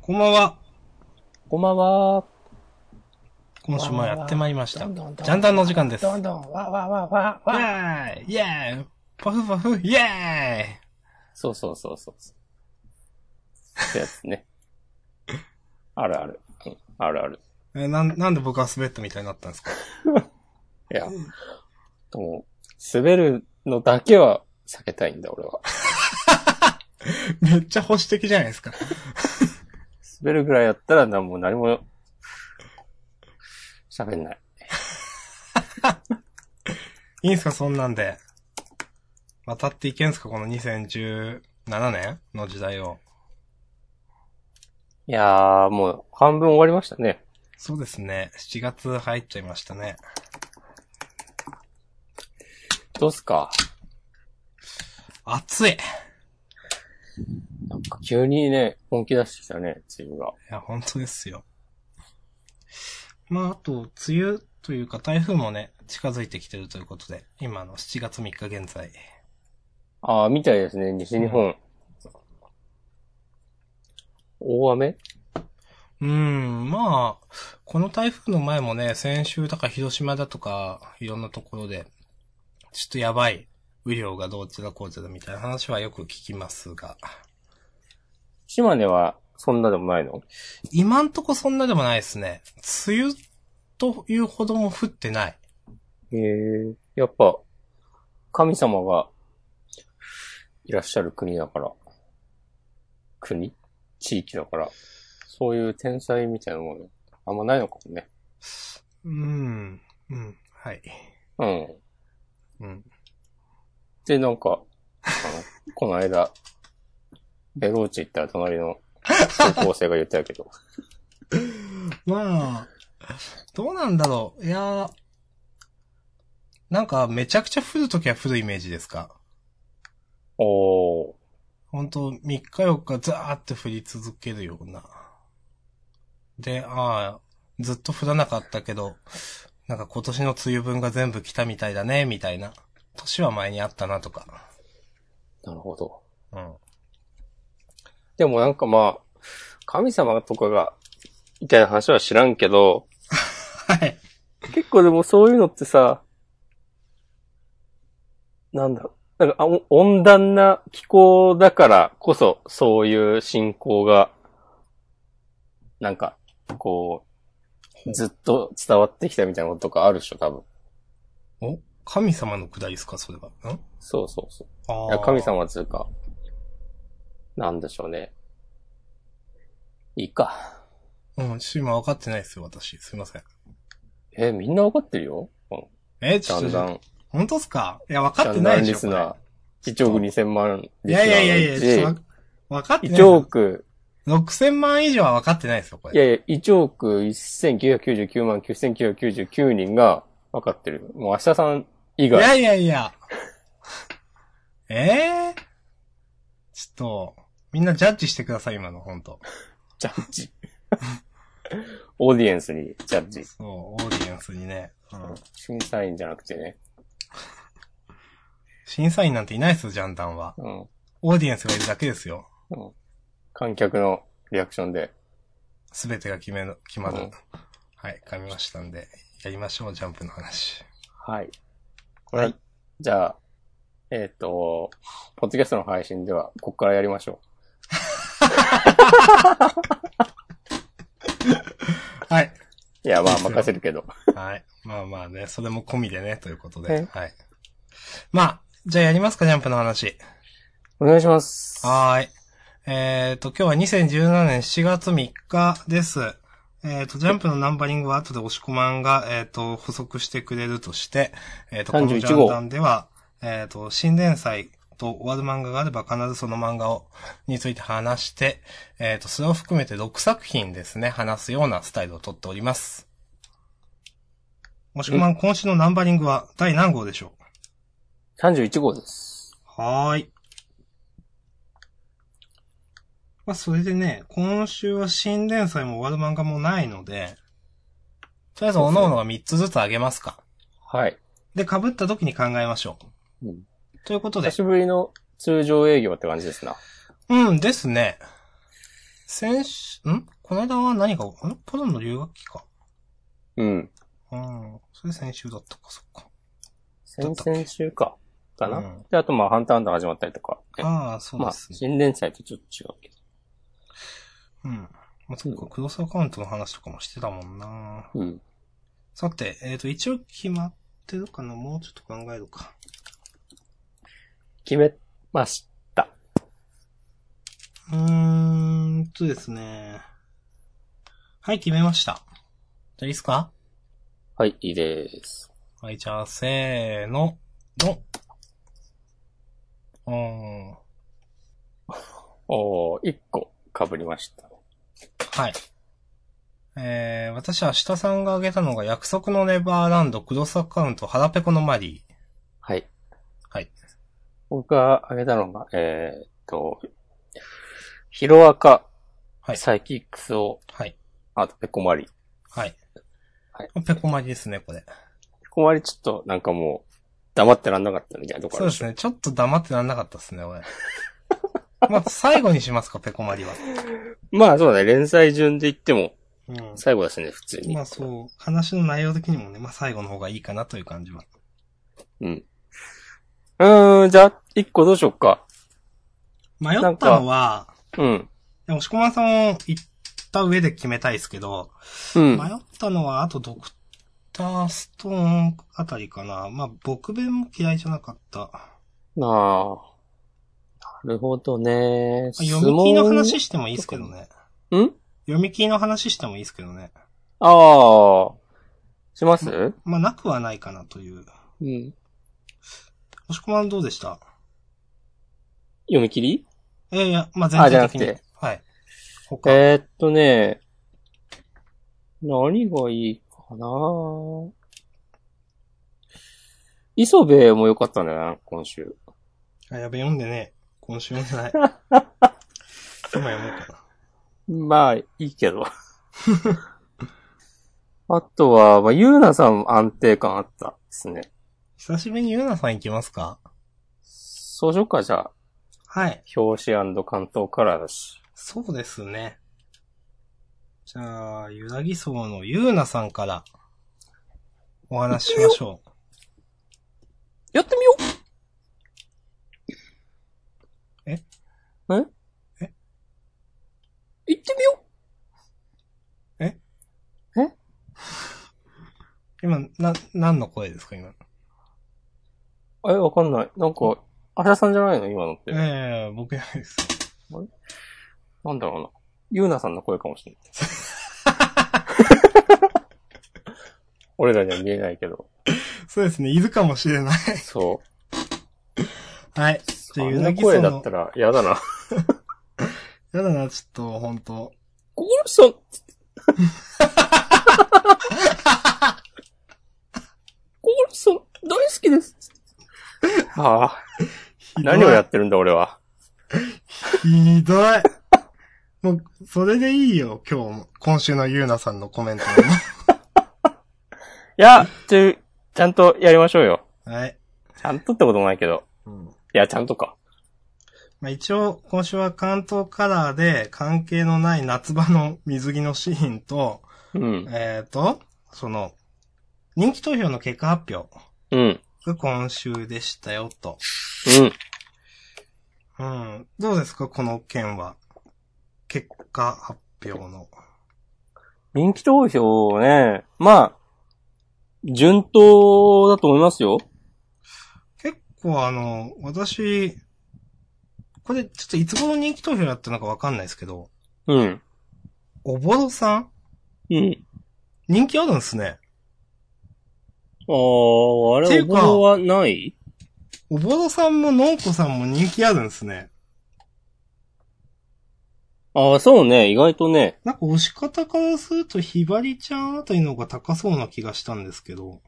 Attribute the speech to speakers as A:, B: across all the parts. A: こんばんは。
B: こんばんは。
A: 今週もやってまいりました。
B: どん
A: ジ
B: どんどん
A: ャンダンの時間です。イ
B: どん
A: ェ
B: どん、わわわわわ。
A: ーイイェーイパフパフイェーイ
B: そうそうそうそう。ってやつね。 あるある。うんあるある。
A: えなん、なんで僕は滑ったみたいになったんですか
B: いや、でも滑るのだけは避けたいんだ、俺は。
A: めっちゃ保守的じゃないですか。
B: 滑るぐらいやったら何も何も喋んない。
A: いいんすかそんなんで。渡っていけんすかこの2017年の時代を。
B: いやー、もう半分終わりましたね。
A: そうですね。7月入っちゃいましたね。
B: どうすか
A: 暑いい
B: なんか急にね、本気出してきたね、チームが。
A: や、本当ですよ。まあ、あと、梅雨というか台風もね、近づいてきてるということで、今の7月3日現在。
B: ああ、みたいですね、西日本。大雨
A: うーん、まあ、この台風の前もね、先週だから広島だとか、いろんなところで、ちょっとやばい、雨量がどうちだこうちだみたいな話はよく聞きますが、
B: 島根はそんなでもないの
A: 今んとこそんなでもないですね。梅雨というほども降ってない。
B: へえ。やっぱ、神様がいらっしゃる国だから。国地域だから。そういう天才みたいなもの、あんまないのかもね。
A: うーん、うん、はい。
B: うん。
A: うん。
B: で、なんか、あの この間、ベローチ行ったら隣の高校生が言ってたけど。
A: まあ、どうなんだろう。いやーなんかめちゃくちゃ降るときは降るイメージですか
B: おー。
A: ほんと、3日4日ザーって降り続けるような。で、ああ、ずっと降らなかったけど、なんか今年の梅雨分が全部来たみたいだね、みたいな。年は前にあったなとか。
B: なるほど。
A: うん。
B: でもなんかまあ、神様とかが、みたいな話は知らんけど、
A: はい。
B: 結構でもそういうのってさ、なんだろう、なんかあお温暖な気候だからこそ、そういう信仰が、なんか、こう、ずっと伝わってきたみたいなこととかあるでしょ、多分。
A: お神様のくだりですか、それは。ん
B: そうそうそう。
A: あ
B: いや神。様つうか、なんでしょうね。いいか。
A: うん、ちょっと今分かってないですよ、私。すいません。
B: え、みんなわかってるようん
A: え、ちょ
B: だ
A: っと、
B: んだん、
A: 本当っすかいや、分か
B: だ
A: って
B: ん
A: な
B: だ
A: い
B: ん
A: で
B: リ
A: し
B: ス
A: ょ、これ
B: ナー、1億2000万
A: い
B: リス
A: や
B: ナー
A: い
B: の
A: やいやいや、
B: うち
A: ちょっとわ分かってない。
B: 1。億、
A: 6000万以上は分かってないですよ、こ
B: い
A: れ。
B: やいや、1億1999万9999人が分かってる。もう明日さん以
A: いや
B: 外。
A: いやいや。ええちょっと、みんなジャッジしてください、今の、ほんと。
B: ジャッジ。 オーディエンスにジャッジ。
A: そう、オーディエンスにね。うん。
B: 審査員じゃなくてね。
A: 審査員なんていないですよ、ジャンダンは。
B: うん。
A: オーディエンスがいるだけですよ。
B: うん観客のリアクションで。
A: すべてが決める、決まる。
B: うん
A: はい、噛みましたんで、やりましょう、ジャンプの話。
B: はい。
A: はい
B: はいじゃあ、えっ、と、ポッドキャストの配信では、ここからやりましょ
A: はい。
B: う。いや、まあ、
A: そうですよ
B: 任せるけど。
A: はい。まあまあね、それも込みでね、ということ
B: え
A: で。はい。まあ、じゃあやりますか、ジャンプの話。
B: お願いします。
A: はーい。えっ、と、今日は2017年7月3日です。えっ、と、ジャンプのナンバリングは後で押し込まんが、えっ、と、補足してくれるとして、えっ、と、このジ
B: 31
A: ャ
B: 号
A: ンダンでは、えっ、と、新連載と終わる漫画があれば必ずその漫画を、について話して、えっ、と、それを含めて6作品ですね、話すようなスタイルをとっております。押し込まん、今週のナンバリングは第何号でしょ
B: 31号です。
A: うはーい。まあ、それでね、今週は新連載も終わる漫画もないので、とりあえず、各々が3つずつあげますか。
B: はい。
A: で、被った時に考えましょう。
B: うん
A: ということ
B: 久
A: で、
B: しぶりの通常営業って感じですな。
A: うんですね。先週、んこの間は何か、あれポロンの留学期か。
B: うん。
A: うん。それ先週だったか、そっか。
B: 先々週か。かな。
A: うん
B: で、あとまあ、ハンターハンター始まったりとか。
A: ああ、そう
B: ま
A: で
B: あ、
A: すね。
B: 新連載とちょっと違うけど。
A: うん。まあ、そっか、クロスアカウントの話とかもしてたもんな
B: うん。
A: さて、えっ、と、一応決まってるかなもうちょっと考えるか。
B: 決めました。
A: うーんとですね。はい、決めました。じゃあいいっすか
B: はい、いいです。
A: はい、じゃあ、せーの、ドン。うーん。
B: おー、一個被りました。
A: はい。えー、私、明日さんが挙げたのが、約束のネバーランド、クロスアカウント、腹ペコのマリー。
B: はい。
A: はい。
B: 僕が挙げたのが、えーっと、ヒロアカ、
A: はい
B: サイキックスを、
A: はい。
B: あとペコマリ。
A: はい。
B: はい
A: ペコマリですね、これ。
B: ペコマリちょっとなんかもう、黙ってらんなかったみたいなとこ
A: そ
B: ろ
A: う
B: あ
A: で
B: るし
A: すね。ちょっと黙ってなんなかったですね、俺。 まあ、最後にしますか、ペコマリは。
B: まあそうだね、連載順で言っても
A: うん。
B: 最後だしね、普通に。
A: まあそう、話の内容的にもね、まあ最後の方がいいかなという感じは。
B: うん。うーん、じゃあ、一個どうしよっか。
A: 迷ったのは、
B: うん。
A: でも、しこまんさんも言った上で決めたいですけど、
B: うん。
A: 迷ったのは、あとドクターストーンあたりかな。まあ、僕弁も嫌いじゃなかった。あ
B: なあ。なるほどね。
A: 読み切りの話してもいいですけどね。
B: 相撲ん
A: 読み切りの話してもいいですけどね。
B: ああ。しますう
A: まあ、なくはないかなという。
B: ん。
A: もしこまんどうでした
B: 読み切り
A: いやいや、まあ、全
B: あじ
A: 体
B: ゃな
A: 的
B: く
A: に。
B: て
A: はい。他、
B: えーっとね。何がいいかな磯部も良かったんだよな、今週。
A: あ、やべ、読んでねえ。今週読んでない。 今読もうか
B: まあ、いいけど。 あとは、まあ、ゆうなさんも安定感あったですね。
A: 久しぶりにゆうなさん行きますか
B: そうしようか、じゃあ、
A: はい。
B: 表紙関東カラーだし。
A: そうですね。じゃあ、ゆらぎそうのゆうなさんからお話ししましょう。
B: やってみよう
A: え
B: え
A: え
B: 行ってみよ
A: 今、な、何の声ですか今。
B: うえ、わかんない。なんか、あやさんじゃないの今のって。
A: ええ僕じゃないです。
B: なんだろうな。ゆうなさんの声かも しれない。俺らには見えないけど。
A: そうですね、いるかもしれない。
B: そ
A: はい。
B: う。
A: じゃ
B: あ
A: あ、ゆ
B: ん
A: ら
B: な
A: ぎそ
B: 声
A: う
B: だっ
A: の
B: た。ら嫌だな。
A: やだな、ちょっと、本当
B: この 人、この人、大好きです。はあ、何をやってるんだ俺は。
A: ひどい。もう、それでいいよ、今日も。今週のゆうなさんのコメントも。
B: いや、ちょ、ちゃんとやりましょうよ。
A: はい。
B: ちゃんとってこともないけど。
A: うん
B: いや、ちゃんとか。
A: まあ、一応、今週は関東カラーで関係のない夏場の水着のシーンと、
B: うん。
A: えっ、と、その、人気投票の結果発表
B: うん。うん。
A: が今週でしたよと。うん。どうですかこの件は。結果発表の。
B: 人気投票ね、まあ、順当だと思いますよ。
A: 結構あの、私、これちょっといつ頃人気投票やったのかわかんないですけど、
B: うん。
A: おぼろさん
B: うん。
A: 人気あるんですね。
B: ああ、あ
A: ってい
B: れ、
A: う
B: 応
A: か
B: 募はない
A: おぼろさんものんこさんも人気あるんですね。
B: ああ、そうね、意外とね。
A: なんか押し方からするとひばりちゃんあたりの方が高そうな気がしたんですけど。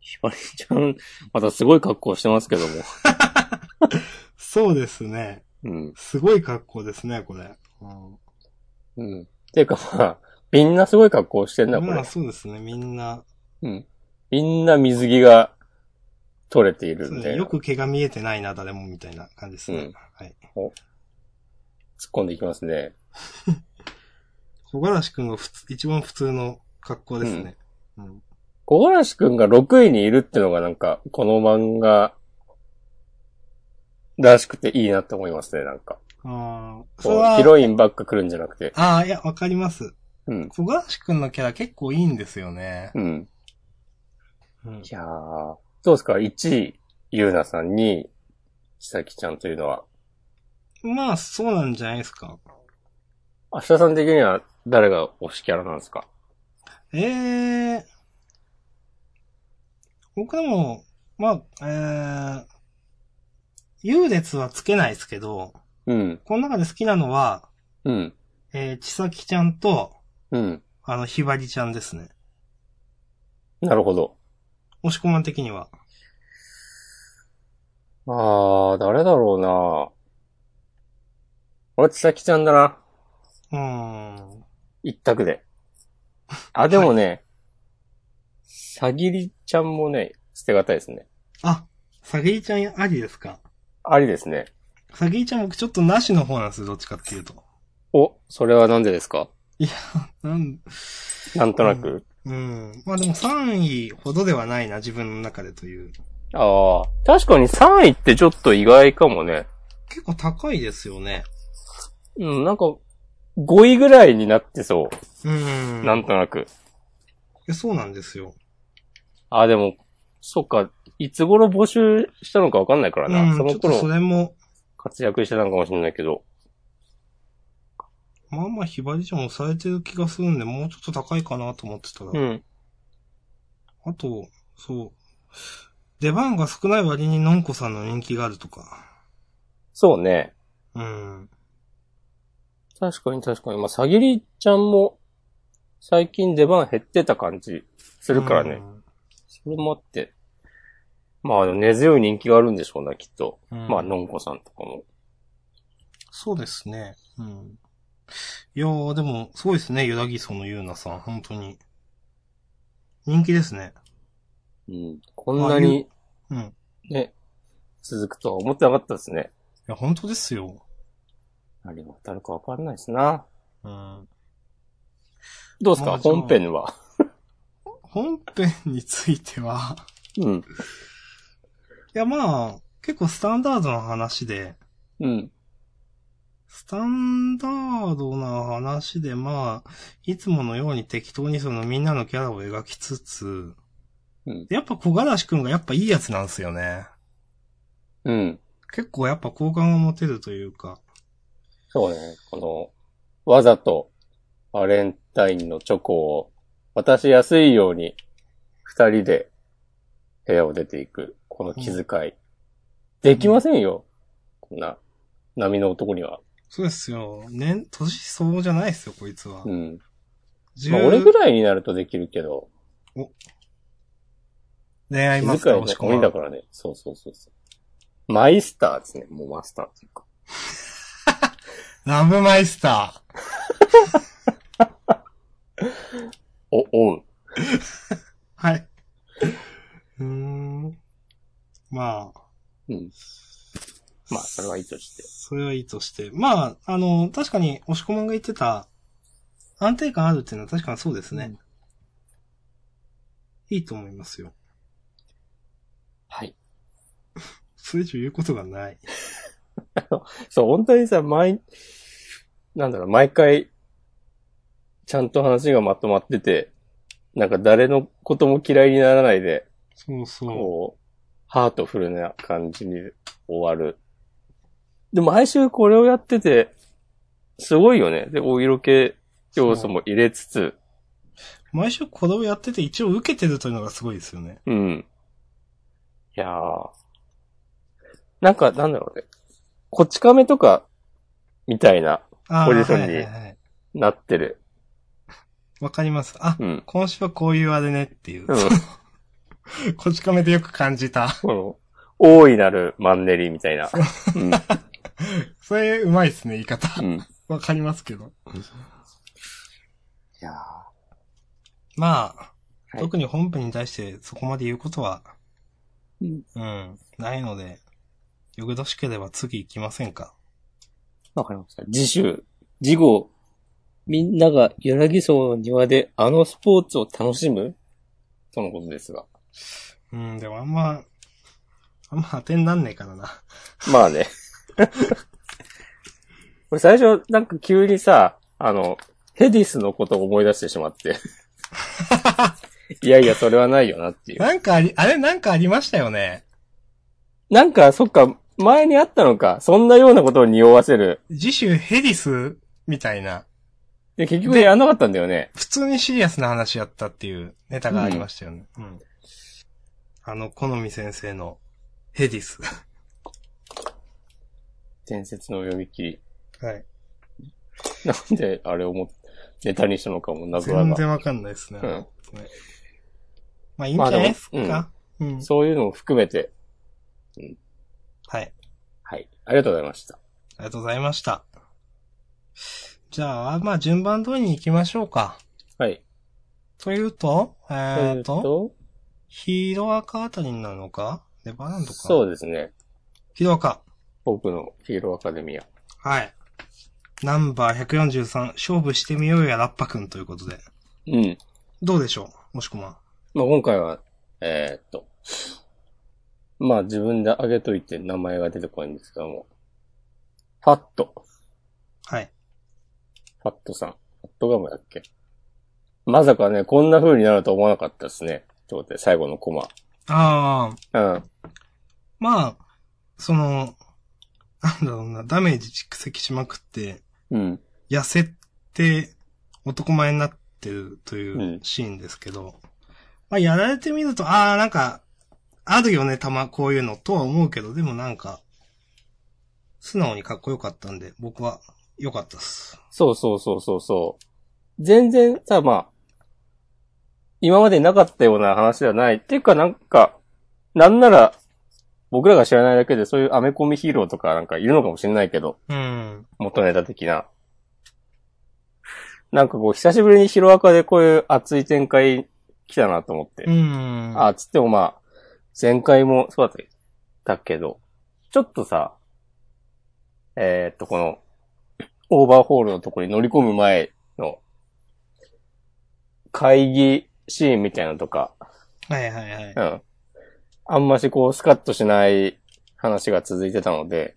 B: ひばりちゃん、またすごい格好してますけ ども。
A: そうですね。
B: うん。
A: すごい格好ですね、これ。うん
B: うん。ていうかまあ、みんなすごい格好してんだ、こ
A: まあ
B: れ。
A: そうですね、みんな。
B: うん。みんな水着が取れている
A: そう
B: み
A: です
B: たい
A: ね
B: な。
A: よく毛が見えてないな、誰も、みたいな感じですね。
B: うん
A: はい。
B: 突っ込んでいきますね。
A: 小柄しくんが普通、一番普通の格好ですね。うん。
B: 小原くんが6位にいるってのがなんか、この漫画らしくていいなって思いますね、なんか。
A: ああ、それ
B: こ
A: は、
B: うヒロインばっか来るんじゃなくて。
A: ああ、いや、わかります。
B: うん。
A: 小柄しくんのキャラ結構いいんですよね。
B: うん。
A: うん
B: い。やー、どうですか ?1 位、ゆうなさん、2位、ひさきちゃんというのは。
A: まあ、そうなんじゃないですか。
B: 明日さん的には誰が推しキャラなんですか
A: ええー。僕でも、まあ、えー、優劣はつけないですけど、
B: うん。
A: この中で好きなのは、
B: うん。
A: えー、ちさきちゃんと、
B: うん。
A: あの、ひばりちゃんですね。
B: なるほど。
A: 押し込まん的には。
B: あー、誰だろうな俺、ちさきちゃんだな。
A: うーん。
B: 一択で。あ、でもね、さぎりちゃんもね、捨てがたいですね。
A: あ、さぎりちゃんありですか。
B: ありですね。
A: さぎりちゃん僕ちょっとなしの方なんですよ、どっちかっていうと。
B: お、それはなんでですか
A: なん、
B: なんとなく。
A: うん。まあでも3位ほどではないな、自分の中でという。
B: ああ、確かに3位ってちょっと意外かもね。
A: 結構高いですよね。
B: うん、なんか、5位ぐらいになってそう
A: ー
B: う。
A: ん。
B: なんとなく。
A: えそうなんですよ。
B: あ、でも、そっか、いつ頃募集したのかわかんないから
A: う
B: な。
A: ん、
B: そ
A: ちょ
B: の
A: っとそ
B: 頃、
A: れも、
B: 活躍してたのかもしれないけど。
A: まあまあひばりちゃん抑えてる気がするんで、もうちょっと高いかなと思ってたら。
B: うん。
A: あと、そう。出番が少ない割にのんこさんの人気があるとか。
B: そうね。
A: うん。
B: 確かに確かに。まあ、さぎりちゃんも、最近出番減ってた感じす
A: す
B: るからね。それもあって。まあ、根強い人気があるんでしょうな、きっと。
A: うん
B: まあ、のんこさんとかも。
A: そうですね。うん。いやー、でも、すごいですね。ユダギソのユうなさん、本当に。人気ですね。
B: うん。こんなに、
A: うん。い
B: ね、続くとは思ってなかったですね。
A: や、本当ですよ。
B: 何が当たるかわかんないですな。
A: うん。
B: どうです
A: ま
B: か
A: あじゃあ
B: 本編は。
A: 本編については、
B: うん。
A: いや、まあ、結構スタンダードな話で、
B: うん。
A: スタンダードな話で、まあ、いつものように適当にそのみんなのキャラを描きつつ、
B: うん
A: やっぱ小柄しくんがやっぱいいやつなんですよね。
B: うん。
A: 結構やっぱ好感を持てるというか。
B: そうね。この、わざと、バレンタインのチョコを渡しやすいように、二人で部屋を出ていく。この気遣い。できませんよ。こんな、波の男には。
A: そうですよ。年、年相応じゃないですよ、こいつは
B: う。ん。
A: 十
B: まあ、俺ぐらいになるとできるけど、
A: 恋愛
B: 気
A: マ
B: 遣い
A: スター
B: の
A: 押し込
B: 鬼
A: ま
B: だ
A: ん。
B: からね。そうそうそうそう。マイスターですね。もうマスターっていうか。
A: ラブマイスター。
B: お、おう。
A: はい。うーん。まあ、
B: うん。まあ、それはいいとして。
A: それはいいとして。まあ、あの、確かに押し込まんが言ってた、安定感あるっていうのは確かにそうですね。いいと思いますよ。
B: はい。
A: それ以上言うことがない。
B: そう、本当にさ、毎、なんだろう、毎回、ちゃんと話がまとまってて、なんか誰のことも嫌いにならないで、
A: そうそ
B: こう、ハートフルな感じに終わる。で、毎週これをやってて、すごいよね。で、お色気要素も入れつつ、
A: う。毎週これをやってて一応受けてるというのがすごいですよね。
B: うん。いやー。なんか、なんだろうね。こち亀とか、みたいな、
A: ああ、
B: ポジションに
A: はいはいはい
B: なってる。
A: わかります。あ、
B: うん。
A: 今週はこういうあれねっていう
B: う。ん。
A: こち亀でよく感じた。
B: この、 大いなるマンネリみたいな。うん。
A: それ、うまいっすね、言い方。
B: うん。い
A: わかりますけど。
B: や
A: まあ、
B: はい
A: 特に本編に対してそこまで言うことは、
B: うん
A: うん、ないので、よくどしければ次行きませんか。
B: わかりました。次週、次号、みんなが柳荘の庭であのスポーツを楽しむとのことですが。
A: うん、でもあんま、あんま当てになんねえからな。
B: まあね。 俺最初、なんか急にさ、あの、ヘディスのことを思い出してしま って。いやいや、それはないよなっていう。
A: なんかあり、あれなんかありましたよね。
B: なんか、そっか、前にあったのか。そんなようなことを匂わせる。
A: 次週ヘディスみたいな、
B: で、結局やんなかったんだよね。
A: 普通にシリアスな話やったっていうネタがありましたよね。うん。あの、好み先生のヘディス。
B: 伝説の読み切り。
A: はい。
B: なんで、あれをも、ネタにしたのかも謎だ
A: 全
B: が。
A: 然わかんないですね。
B: うん
A: まあいいんじゃないです
B: まあ
A: か。うん。
B: そういうのも含めて、
A: はい。
B: はい。ありがとうございました。
A: ありがとうございました。じゃあ、まあ順番通りに行きましょうか。
B: はい。
A: というと、えー
B: えー
A: と、ヒーロアカあたりになるのかネバーランドか。
B: そううですね。
A: ヒーロアカ。
B: 僕のヒーローアカデミア。
A: はい。ナンバー143、勝負してみようやラッパくんということで。
B: うん。
A: どうでしょうもしくは。
B: まあ、今回は、えーっと、まあ自分で挙げといて名前が出てこないんですけども、ファット、
A: はい。
B: ファットさん、ファットガムだっけまさかね、こんな風になるとは思わなかったですね。ということで、最後のコマ。
A: あー、
B: うん。
A: まあ、その、なんだろうな、ダメージ蓄積しまくって、
B: うん。
A: 痩せて男前になってるといううんシーンですけど、まあやられてみると、ああ、なんか、あるよね、たま、こういうのとは思うけど、でもなんか、素直にかっこよかったんで、僕は良かったっす。
B: そうそうそうそうそう。全然さ、まあ、今までなかったような話ではない。っていうかなんか、なんなら、僕らが知らないだけでそういうアメコミヒーローとかなんかいるのかもしれないけど、
A: うん。
B: 元ネタ的な。なんかこう、久しぶりにヒロアカでこういう熱い展開来たなと思って。
A: うん。
B: あ、つってもまあ、前回もそうだったけど、ちょっとさ、えーっと、この、オーバーホールのとこに乗り込む前の、会議シーンみたいなのとか、
A: はいはいはい。
B: うん。あんましこう、スカッとしない話が続いてたので、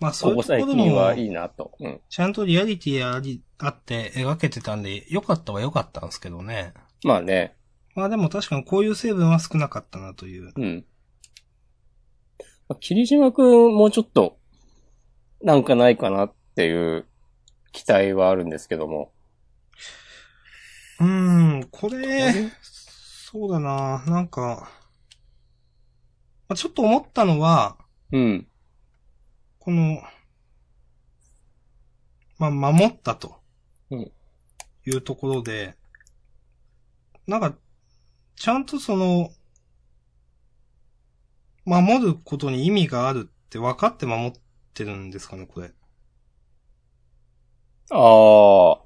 A: まあそう
B: こ
A: いう
B: こと
A: こ
B: 最
A: ろ
B: 近
A: も、
B: はいいなと。うん。
A: ちゃんとリアリティあり、あって描けてたんで、良かったは良かったんですけどね。
B: まあね、
A: まあでも確かにこういう成分は少なかったなという。
B: うん。まあ霧島くん、もうちょっと、なんかないかなっていう期待はあるんですけども。
A: うーん、これ、そうだななんか、まあ、ちょっと思ったのは、
B: うん。
A: この、まあ、守ったと。
B: うん
A: いうところで、なんか、ちゃんとその、守ることに意味があるって分かって守ってるんですかね、これ。
B: ああ。
A: こ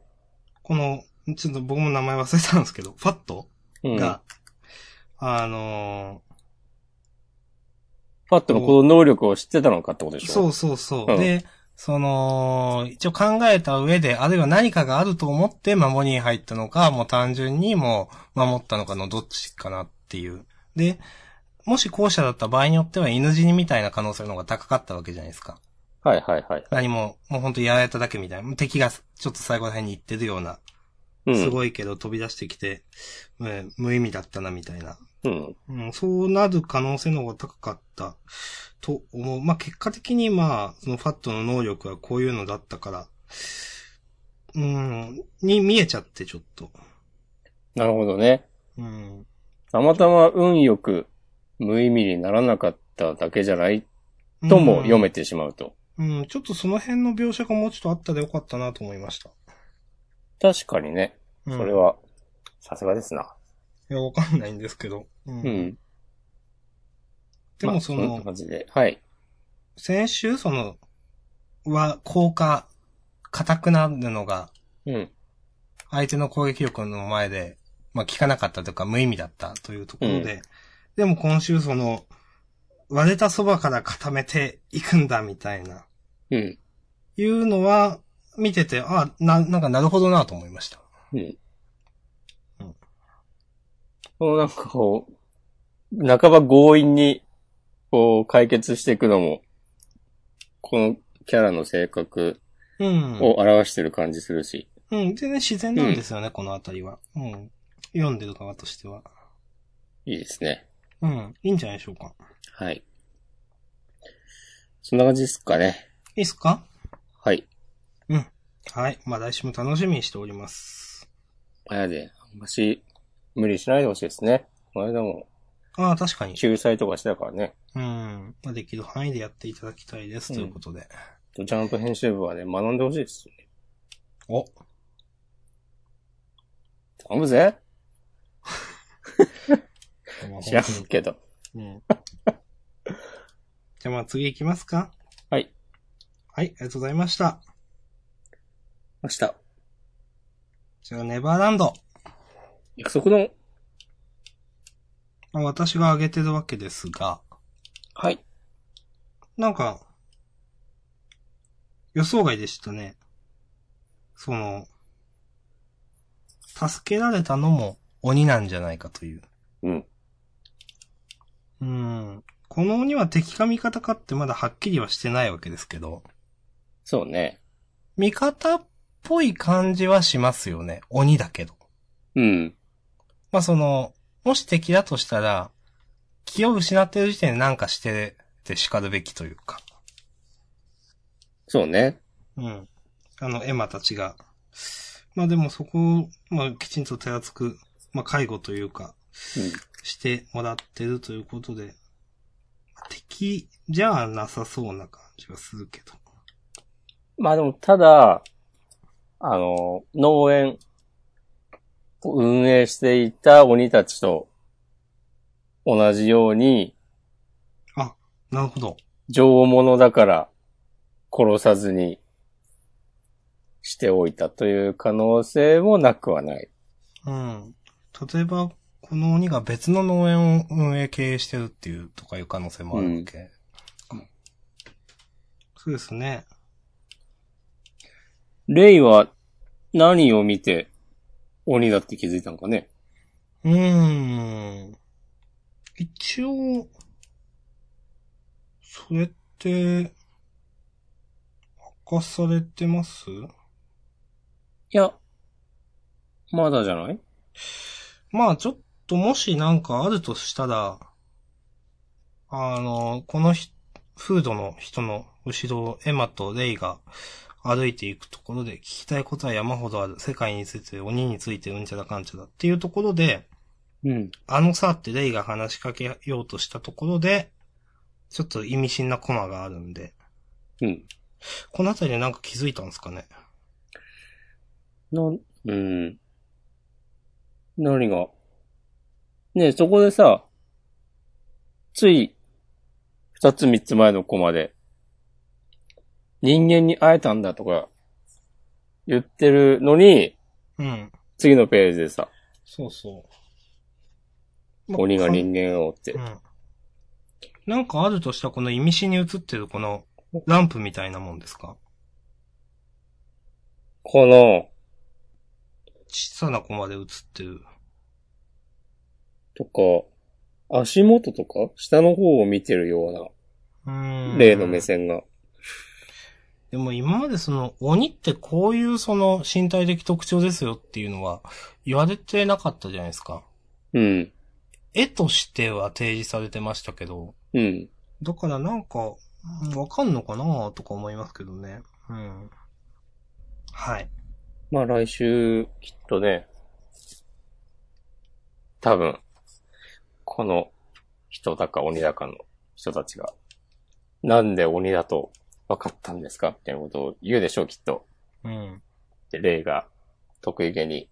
A: の、ちょっと僕も名前忘れたんですけど、ファット
B: うん。
A: が、あの
B: パットのこの能力を知ってたのかってことで
A: ー
B: しょ。
A: そううそうそう。
B: うん
A: で、その、一応考えた上で、あるいは何かがあると思って守りに入ったのか、もう単純にもう守ったのかのどっちかなっていう。で、もし後者だった場合によっては犬死にみたいな可能性の方が高かったわけじゃないですか。
B: はいはいはい。
A: 何も、もう本当やられただけみたいな。敵がちょっと最後ら辺に行ってるような、
B: うん。
A: すごいけど飛び出してきて、うん無意味だったなみたいな。
B: うん。
A: うん、そうなる可能性の方が高かったと思う。まあ、結果的にまあ、そのファットの能力はこういうのだったから、うん、に見えちゃってちょっと。
B: なるほどね。
A: うん。
B: たまたま運よく無意味にならなかっただけじゃないとも読めてしまうと。
A: うん、うんちょっとその辺の描写がもうちょっとあったでよかったなと思いました。
B: 確かにね。
A: うん、
B: それ。は、さすがですな。
A: いや、わかんないんですけど。うん。
B: うん。
A: でもそ
B: まあん
A: の
B: な、感じで。はい。
A: 先週その、は、効果、硬くなるのが、
B: うん。
A: 相手の攻撃力の前で、まあ、効かなかったというか無意味だったというところで、でも今週その、割れたそばから固めていくんだみたいな
B: うん。
A: いうのは、見てて、あな、なんかなるほどなと思いました。
B: うん。
A: うん
B: このなんかこう、半ば強引に、こう、解決していくのも、このキャラの性格
A: うん。
B: を表してる感じするし。
A: うん、全然自然なんですよね、このあたりは。うん。読んでる側としては。
B: いいですね。
A: うん。いいんじゃないでしょうか。
B: はい。そんな感じですかね。
A: いいっすか
B: はい。
A: はい。まあ来週も楽しみにしております。
B: あやで、あんまし、無理しないでほしいですね。この間も、
A: ああ、確かに。
B: 救済とかしてたからね。
A: うん。まあできる範囲でやっていただきたいです、
B: うん
A: ということで。
B: ジャンプ編集部はね、学んでほしいですよね。
A: お
B: 頼むぜ知らん
A: じ
B: けど。
A: ゃあまあ次行きますか
B: はい。
A: はい、ありがとうございました。
B: 明日、
A: じゃあ、ネバーランド。
B: 約束の、
A: まあ私が挙げてるわけですが、
B: はい。
A: なんか、予想外でしたね。その、助けられたのも鬼なんじゃないかという。
B: うん。
A: うん。この鬼は敵か味方かってまだはっきりはしてないわけですけど、
B: そうね。
A: 味方っぽい感じはしますよね。鬼だけど。
B: うん。
A: まあその、もし敵だとしたら、気を失ってる時点で何かしてて叱るべきというか。
B: そうね。
A: うん。あの、エマたちが。まあでもそこを、まあきちんと手厚く、まあ介護というか、してもらってるということで、敵じゃなさそうな感じはするけど。
B: まあでも、ただ、あの、農園を運営していた鬼たちと同じように、
A: なるほど。
B: 情物だから殺さずにしておいたという可能性もなくはない。
A: うん。例えば、この鬼が別の農園を運営経営してるっていうとかいう可能性もあるわけ。
B: うん
A: そうですね。
B: レイは何を見て鬼だって気づいたのかね
A: うーん。一応、それって、明かされてます
B: いや、まだじゃない
A: まあちょっともしなんかあるとしたら、あの、このひフードの人の後ろをエマとレイが歩いていくところで聞きたいことは山ほどある。世界について、鬼について、うんちゃらかんちゃらっていうところで、
B: うん。
A: あのさってレイが話しかけようとしたところで、ちょっと意味深なコマがあるんで、
B: うん。
A: このあたりでなんか気づいたんですかね。
B: な、うん。何が。ねえそこでさ、つい、二つ三つ前の子まで、人間に会えたんだとか、言ってるのに、
A: うん。
B: 次のページでさ、
A: そうそう。まあ
B: 鬼が人間を追って
A: う。ん。なんかあるとしたらこの意味深に映ってるこのランプみたいなもんですか
B: この、
A: 小さな子まで映ってる。
B: とか、足元とか、下の方を見てるよ
A: う
B: う
A: ー
B: な、
A: ん。
B: 例の目。線が。
A: でも今までその鬼ってこういうその身体的特徴ですよっていうのは言われてなかったじゃないですか。
B: うん。
A: 絵としては提示されてましたけど、
B: うん。
A: だからなんか、うんわかんのかなとか思いますけどね。うん。はい。
B: まあ来週、きっとね、多分、この人だか鬼だかの人たちが、なんで鬼だと分かったんですかみたいなことを言うでしょう、きっと。
A: うん。
B: で、レイが得意げに、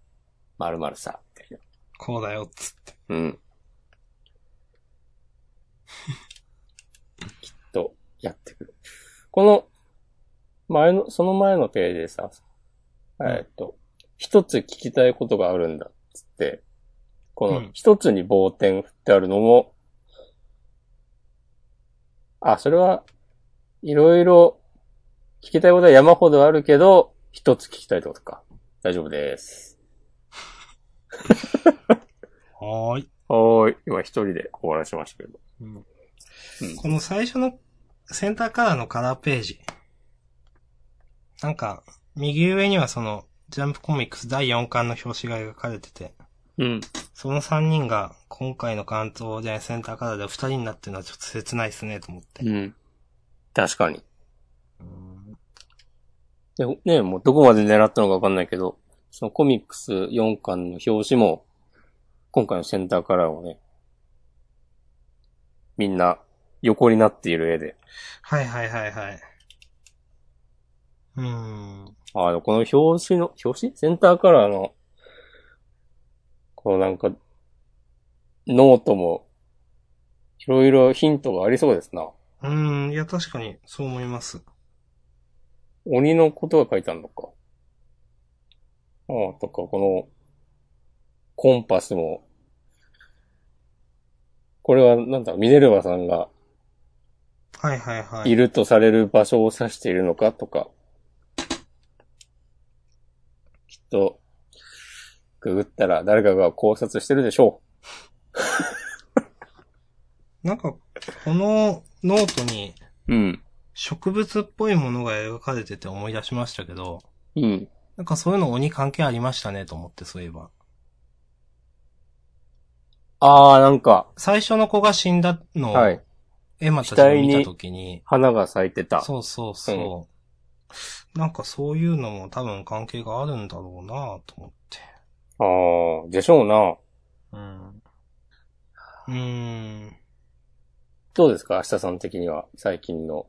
B: まるまるさ、みたい
A: こうだよ、つって。
B: な。 うん。きっと、やってくる。この、前の、その前のページでさ、
A: ん
B: えーっと、一つ聞きたいことがあるんだっ、つって、こ
A: う
B: の
A: ん
B: 一つに棒点振ってあるのも、あ、それは、いろいろ聞きたいことは山ほどあるけど、一つ聞きたいってことか。大丈夫です。
A: はーい。
B: はーい。今一人で終わらしましたけど。
A: この最初のセンターカラーのカラーページ。なんか、右上にはその、ジャンプコミックス第4巻の表紙が描かれてて、
B: うん。
A: その3人が今回の関東でセンターカラーで2人になってるのはちょっと切ないですね、と思って。
B: うん。確かに。でもね、もうどこまで狙ったのかわかんないけど、そのコミックス4巻の表紙も、今回のセンターカラーをね、みんな横になっている絵で、
A: はいはいはいはい。うーん。
B: あの、この表紙の、表紙センターカラーの、このなんか、ノートも、いろいろヒントがありそうですな。
A: うーん、いや確かにそう思います。
B: 鬼のことが書いてあるのか。ああ、とか、この、コンパスも、これは、なんだ、ミネルヴァさんが
A: はいはいはい。
B: いるとされる場所を指しているのかとか、きっと、ググったら誰かが考察してるでしょ
A: なんか、このノートに
B: う。うん。
A: 植物っぽいものが描かれてて思い出しましたけど、
B: うん。
A: なんかそういうの鬼関係ありましたねと思ってそういえば。
B: ああ、なんか、
A: 最初の子が死んだの
B: は
A: を
B: い。
A: エマたちが見たときに、
B: 花が咲いてた。
A: そうそうそう。なんかそういうのも多分関係があるんだろうなと思って。
B: ああ、でしょうな。
A: うん。うーん。
B: どうですか明日さん的には、最近の。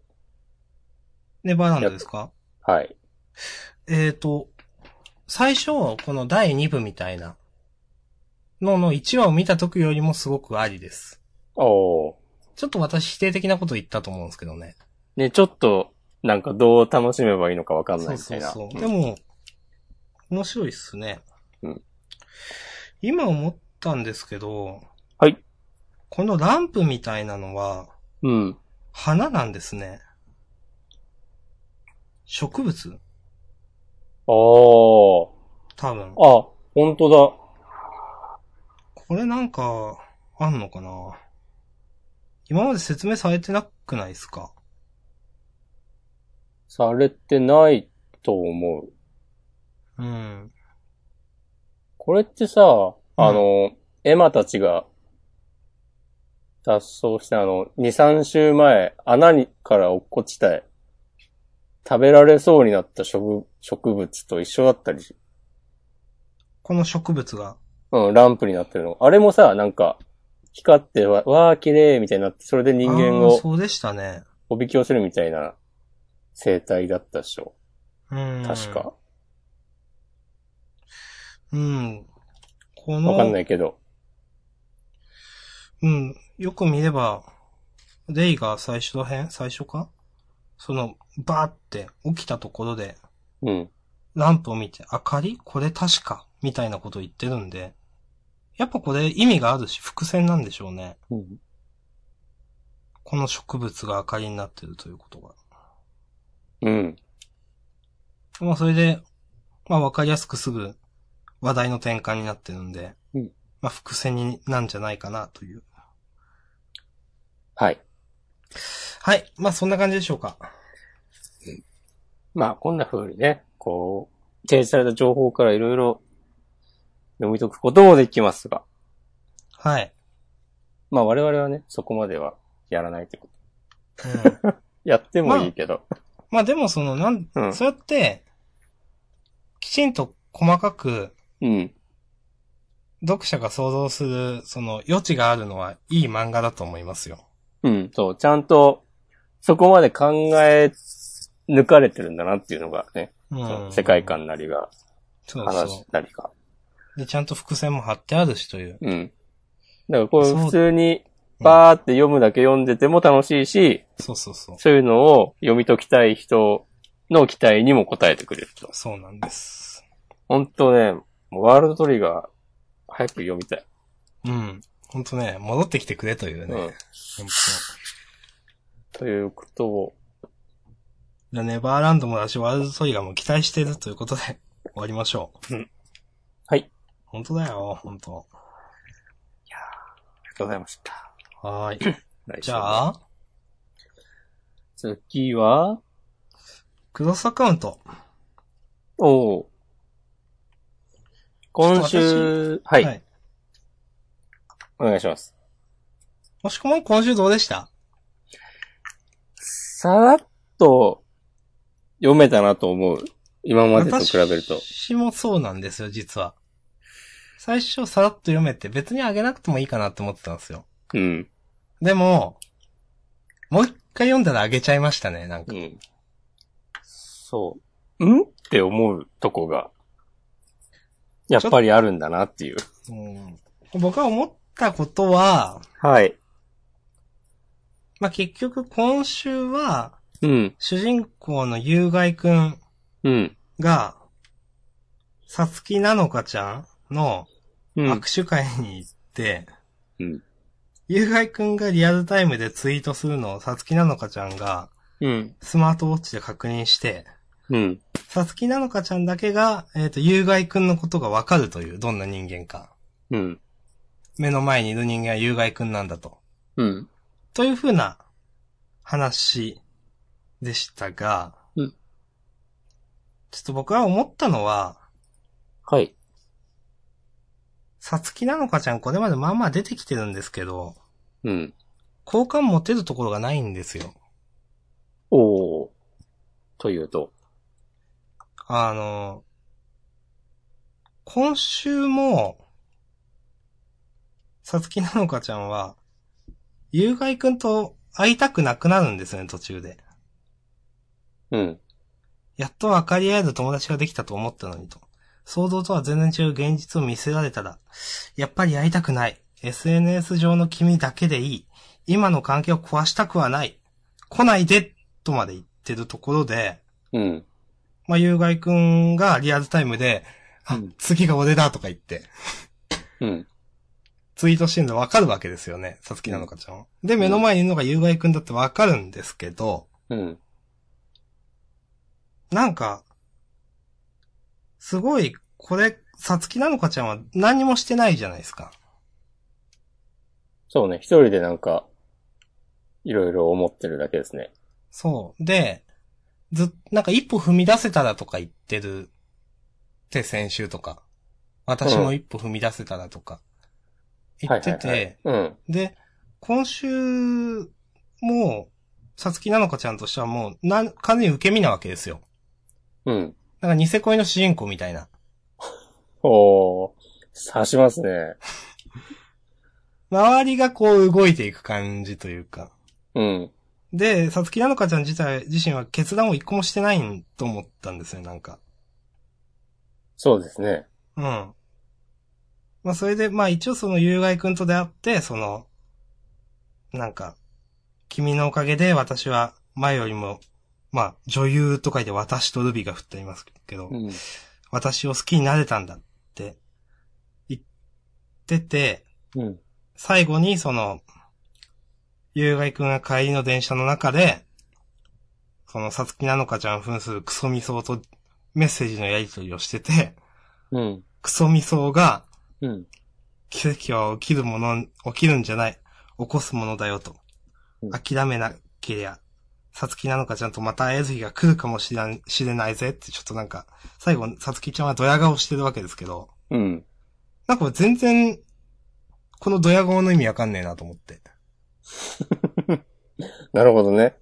A: ネバーランドですか
B: はい。
A: えっ、と、最初、この第2部みたいなのの1話を見た時よりもすごくありです。
B: おー。
A: ちょっと私否定的なこと言ったと思うんですけどね。
B: ね、ちょっと、なんかどう楽しめばいいのかわかんないみたいな。
A: そうそうそう。
B: ん
A: でも、面白いっすね。
B: うん
A: 今思ったんですけど、
B: はい。
A: このランプみたいなのは、
B: うん。
A: 花なんですね。植物
B: あー。
A: 多分。
B: あ、ほんと
A: これなんか、あんのかな今まで説明されてなくないですか
B: だ。されてないと思う。
A: うん。
B: これってさ、あの、エマたちが、脱走して、あの、2、3週前、穴にから落っこちた、食べられそうになった植植物と一緒だったりし、
A: この植物が。
B: うん、ランプになってるの。あれもさ、なんか、光ってわ、わー、綺麗みたいになって、それで人間
A: あ
B: を
A: ーそうでしたね。
B: おびき寄せるみたいな生態だったでしょ。
A: うん。
B: 確か。。
A: うん。この、
B: わかんないけど。
A: うん。よく見れば、レイが最初ら辺最初かその、バーって起きたところで、
B: うん。
A: ランプを見て、明かりこれ確かみたいなこと言ってるんで、やっぱこれ意味があるし、伏線なんでしょうね。
B: うん
A: この植物が明かりになってるということが。
B: うん。
A: まあそれで、まあわかりやすくすぐ話題の転換になってるんで、
B: うん
A: まあ伏線になんじゃないかなという。
B: はい。
A: はい。まあそんな感じでしょうか。
B: まあ、こんな風にね、こう、提示された情報からいろいろ読み解くこともできますが、
A: はい。
B: まあ我々はね、そこまではやらないってこと。
A: う ん、
B: やってもいいけど。
A: まあでもその、なん、
B: うん
A: そうやって、きちんと細かく
B: うん。
A: 読者が想像する、その余地があるのはいい漫画だと思いますよ。
B: うん。そう、ちゃんと、そこまで考え抜かれてるんだなっていうのがね、
A: う
B: そ
A: ん。
B: の世界。観なりが、
A: そう
B: 話
A: そ
B: なりが。
A: う。で、ちゃんと伏線も貼ってあるしという。
B: うん。だからこれ
A: そう
B: 普通に、
A: うん
B: バーって読むだけ読んでても楽しいし、
A: そうそうそう。
B: そういうのを読み解きたい人の期待にも応えてくれると。
A: そうなんです。
B: 本当ね、もうワールドトリガー、早く読みたい。
A: うん。ほんとね、戻ってきてくれというね。
B: うん。
A: 本
B: ということを、
A: じゃあネバーランドもだし、ワールドトリガーも期待してるということで、終わりましょう。
B: はい。
A: 本当だよ、本当
B: りがとうございました。
A: はーい。
B: 来週
A: じゃあ、
B: 次は、
A: クロスアカウント。
B: おう今週、はい、
A: はい
B: お願いします。
A: もしくも今週どうでした
B: さらっと読めたなと思う。今までと比べると。
A: 私もそうなんですよ、実は。最初さらっと読めて、別にあげなくてもいいかなって思ってたんですよ。
B: うん。
A: でも、もう一回読んだらあげちゃいましたね、なん
B: う
A: か。
B: ん。そう。んって思うとこが、やっぱりあるんだなっていう。
A: うん僕は思ったことは、
B: はい。
A: まあ、結局今週は、
B: うん。
A: 主人公の有害くん
B: うん。
A: が、さつきなのかちゃんの
B: うん。
A: 握手会に行って、
B: うん
A: 有害くんがリアルタイムでツイートするのをさつきなのかちゃんが
B: うん。
A: スマートウォッチで確認して、
B: うん。
A: さつきなのかちゃんだけが、えっ、と、有害くんのことがわかるという、どんな人間か。
B: うん。
A: 目の前にいる人間は有害くんなんだと。
B: うん。
A: というふうな話でしたが、
B: うん
A: ちょっと僕は思ったのは、
B: はい。
A: さつきなのかちゃんこれまでまあまあ出てきてるんですけど、
B: うん。
A: 好感持てるところがないんですよ。
B: おー。というと。
A: あの、今週も、さつきなのかちゃんは、有害くんと会いたくなくなるんですよね、途中で。
B: うん。
A: やっと分かり合える友達ができたと思ったのにと。想像とは全然違う現実を見せられたら、やっぱり会いたくない。SNS 上の君だけでいい。今の関係を壊したくはない。来ないでとまで言ってるところで、
B: うん。
A: まあ、有害くんがリアルタイムで、
B: う
A: あ
B: ん、
A: 次が俺だとか言って、
B: うん。
A: ツイートしてるの分かるわけですよね、さつきなのかちゃんは。で、目の前にいるのが有害くんだって分かるんですけど、
B: うん。
A: なんか、すごい、これ、さつきなのかちゃんは何もしてないじゃないですか。
B: そうね。一人でなんか、いろいろ思ってるだけですね。
A: そう。で、ず、なんか一歩踏み出せたらとか言ってるって先週とか。私も一歩踏み出せたらとか。言ってて、
B: はいはいはい、
A: で、今週も、さつきなのかちゃんとしてはもう、なん、完全に受け身なわけですよ。
B: うん。うん。
A: なんかニセ恋の主人公みたいな。
B: おー。刺しますね。
A: 周りがこう動いていく感じというか。
B: うん。
A: で、さつきなのかちゃん自体、自身は決断を一個もしてないんと思ったんですよ、なんか。
B: そうですね。
A: うん。まあ、それで、まあ一応その有害くんと出会って、その、なんか、君のおかげで私は前よりも、まあ女優とかで私とルビーが振っていますけど、
B: うん。
A: 私を好きになれたんだって言ってて、
B: うん。
A: 最後にその、有害くんが帰りの電車の中で、そのさつきなのかちゃん扮するクソミソウとメッセージのやりとりをしてて、
B: うん。
A: クソミソウが
B: うん。
A: 奇跡は起きるもの、起きるんじゃない、起こすものだよと
B: うん。
A: 諦めなけりゃ、さつきなのかちゃんとまた会える日が来るかもしれんしれないぜってちょっとなんか、最後さつきちゃんはドヤ顔してるわけですけど、
B: うん。
A: なんかこれ全然、このドヤ顔の意味わかんねえなと思って。
B: なるほどね。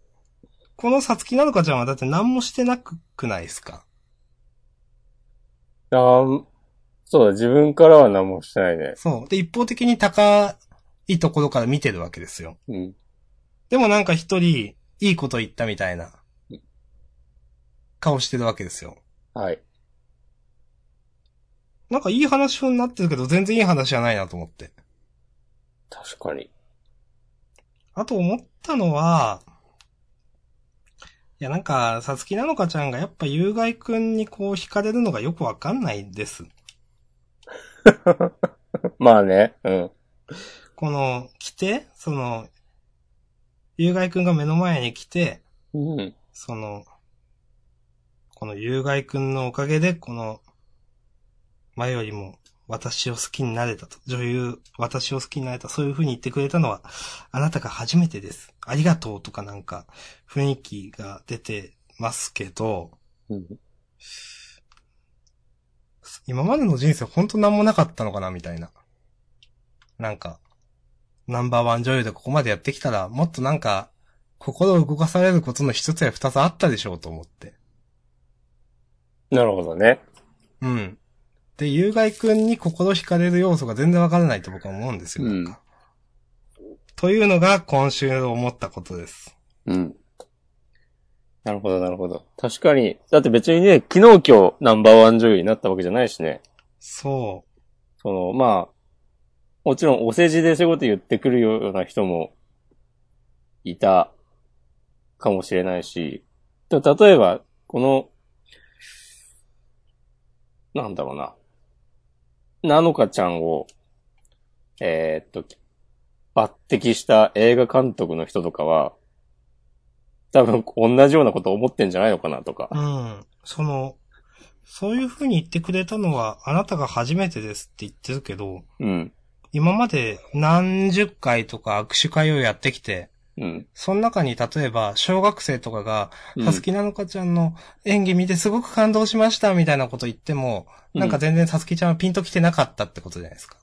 A: このさつきなのかちゃんはだって何もしてなくないですか
B: あーそうだ、自分からは何もしてないね。
A: そう。で、一方的に高いところから見てるわけですよ。
B: うん。
A: でもなんか一人、いいこと言ったみたいな、顔してるわけですよ。
B: はい。
A: なんかいい話になってるけど、全然いい話じゃないなと思って。
B: 確かに。
A: あと思ったのは、いやなんか、さつきなのかちゃんがやっぱ有害くんにこう惹かれるのがよくわかんないです。
B: まあね。うん。
A: この、来て、その、有害くんが目の前に来て、
B: うん。
A: その、この有害くんのおかげで、この、前よりも私を好きになれたと。女優、私を好きになれた。そういう風に言ってくれたのは、あなたが初めてです。ありがとうとかなんか、雰囲気が出てますけど、
B: うん。
A: 今までの人生ほんとなんもなかったのかな、みたいな。なんか、ナンバーワン女優でここまでやってきたら、もっとなんか、心を動かされることの一つや二つあったでしょうと思って。
B: なるほどね。
A: うん。で、有害くんに心惹かれる要素が全然わからないと僕は思うんですよ。
B: うん
A: なんかというのが今週思ったことです。
B: うん。なるほど、なるほど。確かに。だって別にね、昨日今日ナンバーワン女優になったわけじゃないしね。
A: そ
B: その、まあ、もちろんお世辞でそういうこと言ってくるような人もいたかもしれないし、でも例えば、この、なんだろうな、なのかちゃんを、えーっと、抜擢した映画監督の人とかは、多分同じようなこと思ってんじゃないのかなとか
A: う。。うん。その、そういう風に言ってくれたのは、あなたが初めてですって言ってるけど、
B: うん。
A: 今まで何十回とか握手会をやってきて、
B: うん。
A: その中に例えば小学生とかが、
B: うん
A: はすきなのかちゃんの演技見てすごく感動しましたみたいなこと言っても、なんか全然さつきちゃんはピンときてなかったってことじゃないですか。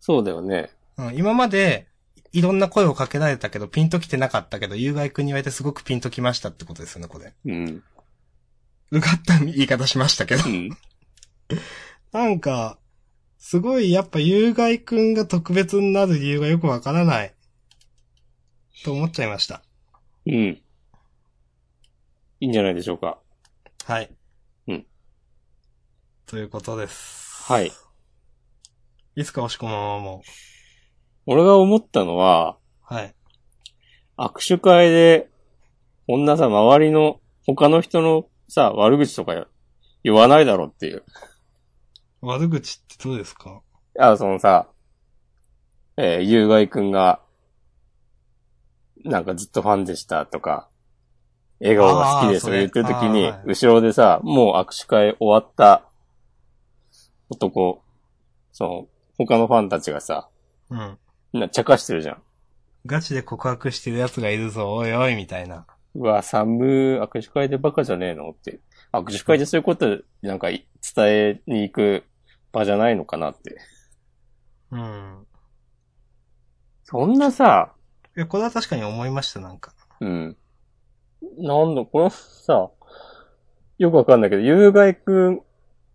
B: そうだよね。
A: うん、今までいろんな声をかけられたけど、ピンときてなかったけど、有害くんに言われてすごくピンときましたってことですよね、これ。
B: うん。
A: うかった言い方しましたけど
B: う。ん。
A: なんか、すごいやっぱ有害くんが特別になる理由がよくわからない。と思っちゃいました。
B: うん。いいんじゃないでしょうか。
A: はい。
B: うん。
A: ということです。
B: はい。
A: いつか押し込ままも。
B: 俺が思ったのは、
A: はい。
B: 握手会で、女さ、周りの、他の人のさ、悪口とか言わないだろうっていう。
A: 悪口ってどうですか
B: あ、そのさ、えー、有害くんが、なんかずっとファンでしたとか、笑顔が好きで
A: あー
B: すとか言ってる時
A: それ
B: に
A: あーはい、
B: 後ろでさ、もう握手会終わった男、その、他のファンたちがさ、
A: うん。
B: みんな茶化してるじゃん。
A: ガチで告白してる奴がいるぞ、おいおい、みたいな。
B: うわ、寒い、握手会でバカじゃねえのって。握手会でそういうこと、なんかい、伝えに行く場じゃないのかなって。
A: うん。
B: そんなさ、
A: いや、これは確かに思いました、なんか。
B: うん。なんだ、これさ、よくわかんないけど、有害くん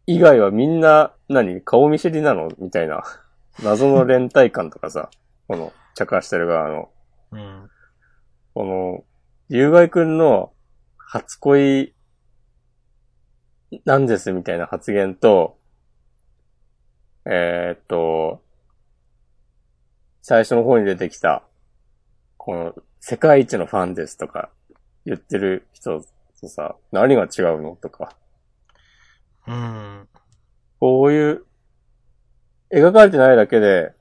B: 以外はみんな、何、顔見知りなのみたいな。謎の連帯感とかさ、この、茶化してる側の。
A: うん。
B: この、有害くんの初恋なんですみたいな発言と、えーっと、最初の方に出てきた、この、世界一のファンですとか言ってる人とさ、何が違うのとか、
A: うん。
B: こういう、描かれてないだけで、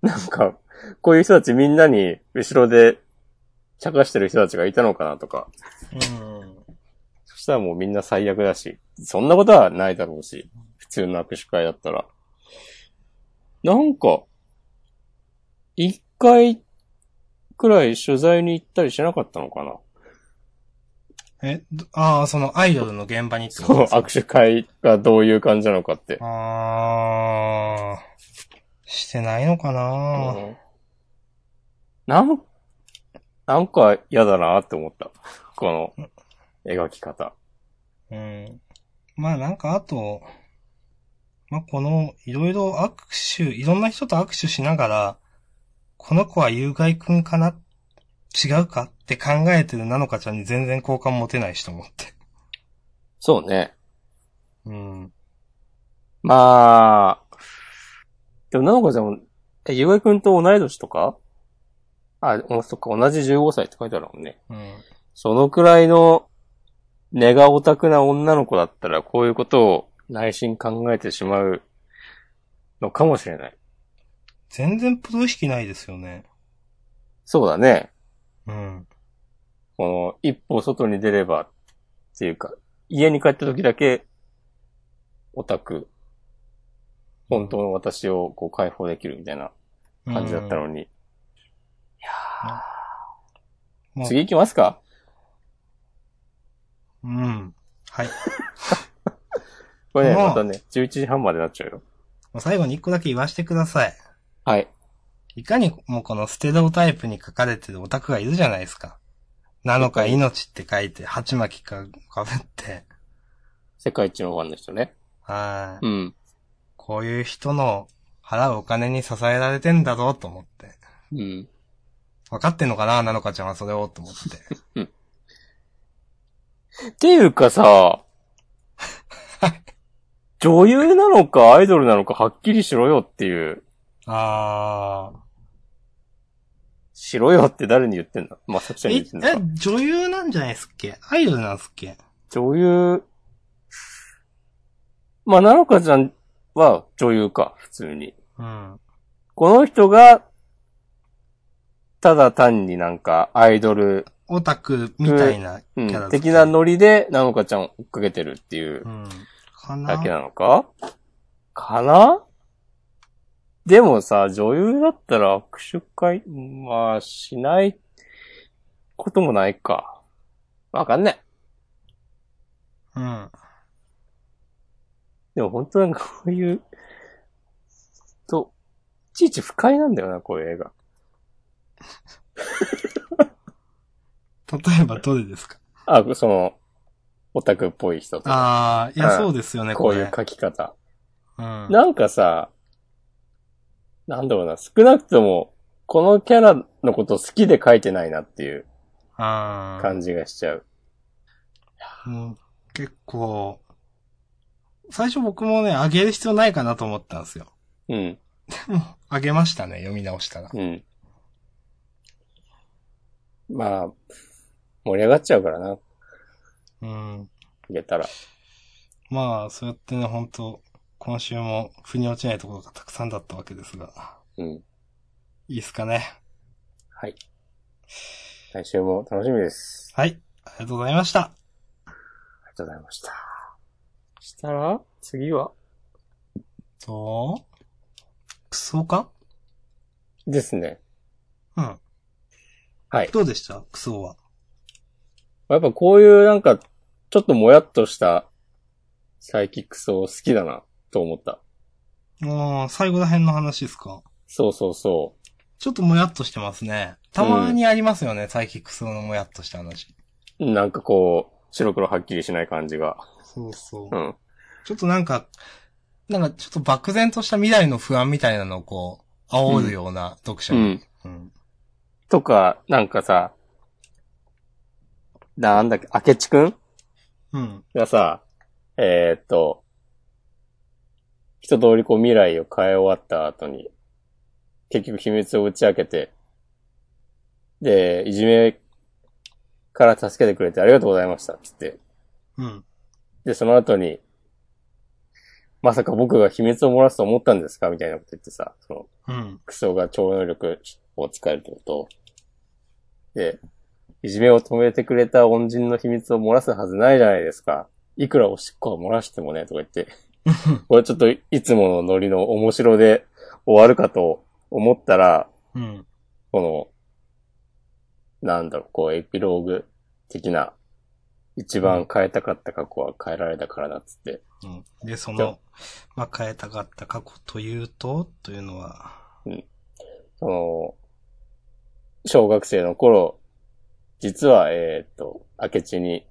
B: なんか、こういう人たちみんなに後ろで茶化してる人たちがいたのかなとか、
A: うん。
B: そしたらもうみんな最悪だし、そんなことはないだろうし、普通の握手会だったら。なんか、一回くらい取材に行ったりしなかったのかな
A: え、どああ、そのアイドルの現場にってこと
B: そう、
A: ですか
B: 握手会がどういう感じなのかって。
A: ああ、してないのかな、
B: うんなん、なんか嫌だなって思った。この、描き方。
A: うん。まあなんかあと、まあこの、いろいろ握手、いろんな人と握手しながら、この子は有害くんかな違うかって考えてるなのかちゃんに全然好感持てないしと思って。
B: そうね。
A: うん。
B: まあ、でも、なのかちゃんも、え、ゆうがいくんと同い年とかあ、おそっか、同じ15歳って書いてあるもんね。
A: うん。
B: そのくらいの、根がオタクな女の子だったら、こういうことを内心考えてしまうのかもしれない。
A: 全然プロ意識ないですよね。
B: そうだね。
A: うん。
B: この、一歩外に出れば、っていうか、家に帰った時だけ、オタク、本当の私をこう解放できるみたいな感じだったのに。いやー
A: もう
B: 次行きますか
A: うん。はい。
B: これね、
A: もう
B: またね、11時半までなっちゃうよ。
A: もう最後に一個だけ言わしてください。
B: はい。
A: いかにもこのステレオタイプに書かれてるオタクがいるじゃないですか。なのか命って書いて、鉢巻きかかぶって。
B: 世界一のファンの人ね。
A: はーい。
B: うん。
A: こういう人の払うお金に支えられてんだぞと思って。
B: うん。
A: 分かってんのかななのかちゃんはそれをと思って。
B: っていうか さ、女優なのかアイドルなのかはっきりしろよっていう。
A: あ
B: しろよって誰に言ってんだまあ、作者
A: ー。
B: に
A: え、
B: 言ってんの
A: え
B: か。
A: 女優なんじゃないっすっけアイドルなんすっけ
B: 女優、まあ、なのかちゃんは女優か、普通に。
A: うん。
B: この人が、ただ単になんかアイドル、
A: オタクみたいなキ
B: う
A: ャラだ
B: ん、的なノリでなのかちゃんを追っかけてるっていう。
A: うん。か
B: だけ
A: な
B: なのかかなでもさ、女優だったら握手会、まあ、しないこともないか。わかんない。
A: うん。
B: でも本当なんかこういう、と、いちいち不快なんだよな、こういう映画。
A: 例えばどれですか
B: あ、その、オタクっぽい人とか、
A: あー、いうや、
B: ん
A: そうですよね、
B: こ
A: こ
B: う
A: れ。
B: いう書き方。
A: うん。
B: なんかさ、なんだろうな、少なくとも、このキャラのこと好きで書いてないなっていう
A: あー
B: 感じがしちゃう。
A: うん、結構、最初僕もね、あげる必要ないかなと思ったんですよ。
B: うん、
A: あげましたね、読み直したら。
B: うん。まあ、盛り上がっちゃうからな、
A: うん。
B: あげたら。
A: まあ、そうやってね、本当今週も腑に落ちないところがたくさんだったわけですが、
B: うん。
A: いいですかね。
B: はい。来週も楽しみです。
A: はい、ありがとうございました。
B: ありがとうございました。したら、次は
A: と、クソか
B: ですね。
A: うん。
B: はい。
A: どうでしたクソは。
B: やっぱこういうなんか、ちょっともやっとしたサイキックスを好きだな、と思った。
A: もう、最後ら辺の話ですか
B: そうそうそ
A: ちょっともやっとしてますね。たまにありますよね、サイキックスのもやっとした話。
B: う。なんかこう、白黒はっきりしない感じが。
A: そうそう
B: う。ん。
A: ちょっとなんか、なんかちょっと漠然とした未来の不安みたいなのをこう、煽るような読者
B: う
A: に。
B: ん。
A: うん。
B: とか、なんかさ、なんだっけ、明智くん
A: うん。
B: がさ、えーっと、一通りこう未来を変え終わった後に、結局秘密を打ち明けて、で、いじめから助けてくれてありがとうございました、つって。
A: うん。
B: で、その後に、まさか僕が秘密を漏らすと思ったんですかみたいなこと言ってさ、その、
A: うん。
B: クソが超能力を使えるってこと。で、いじめを止めてくれた恩人の秘密を漏らすはずないじゃないですか。いくらおしっこは漏らしてもね、とか言って。これちょっといつものノリの面白で終わるかと思ったら、
A: うん。
B: この、なんだろう、こうエピローグ的な、一番変えたかった過去は変えられたからだっつって。
A: うん。で、そ
B: じゃあ
A: の、まあ、変えたかった過去というと、というのは、
B: その、小学生の頃、実は、えーっと、明智に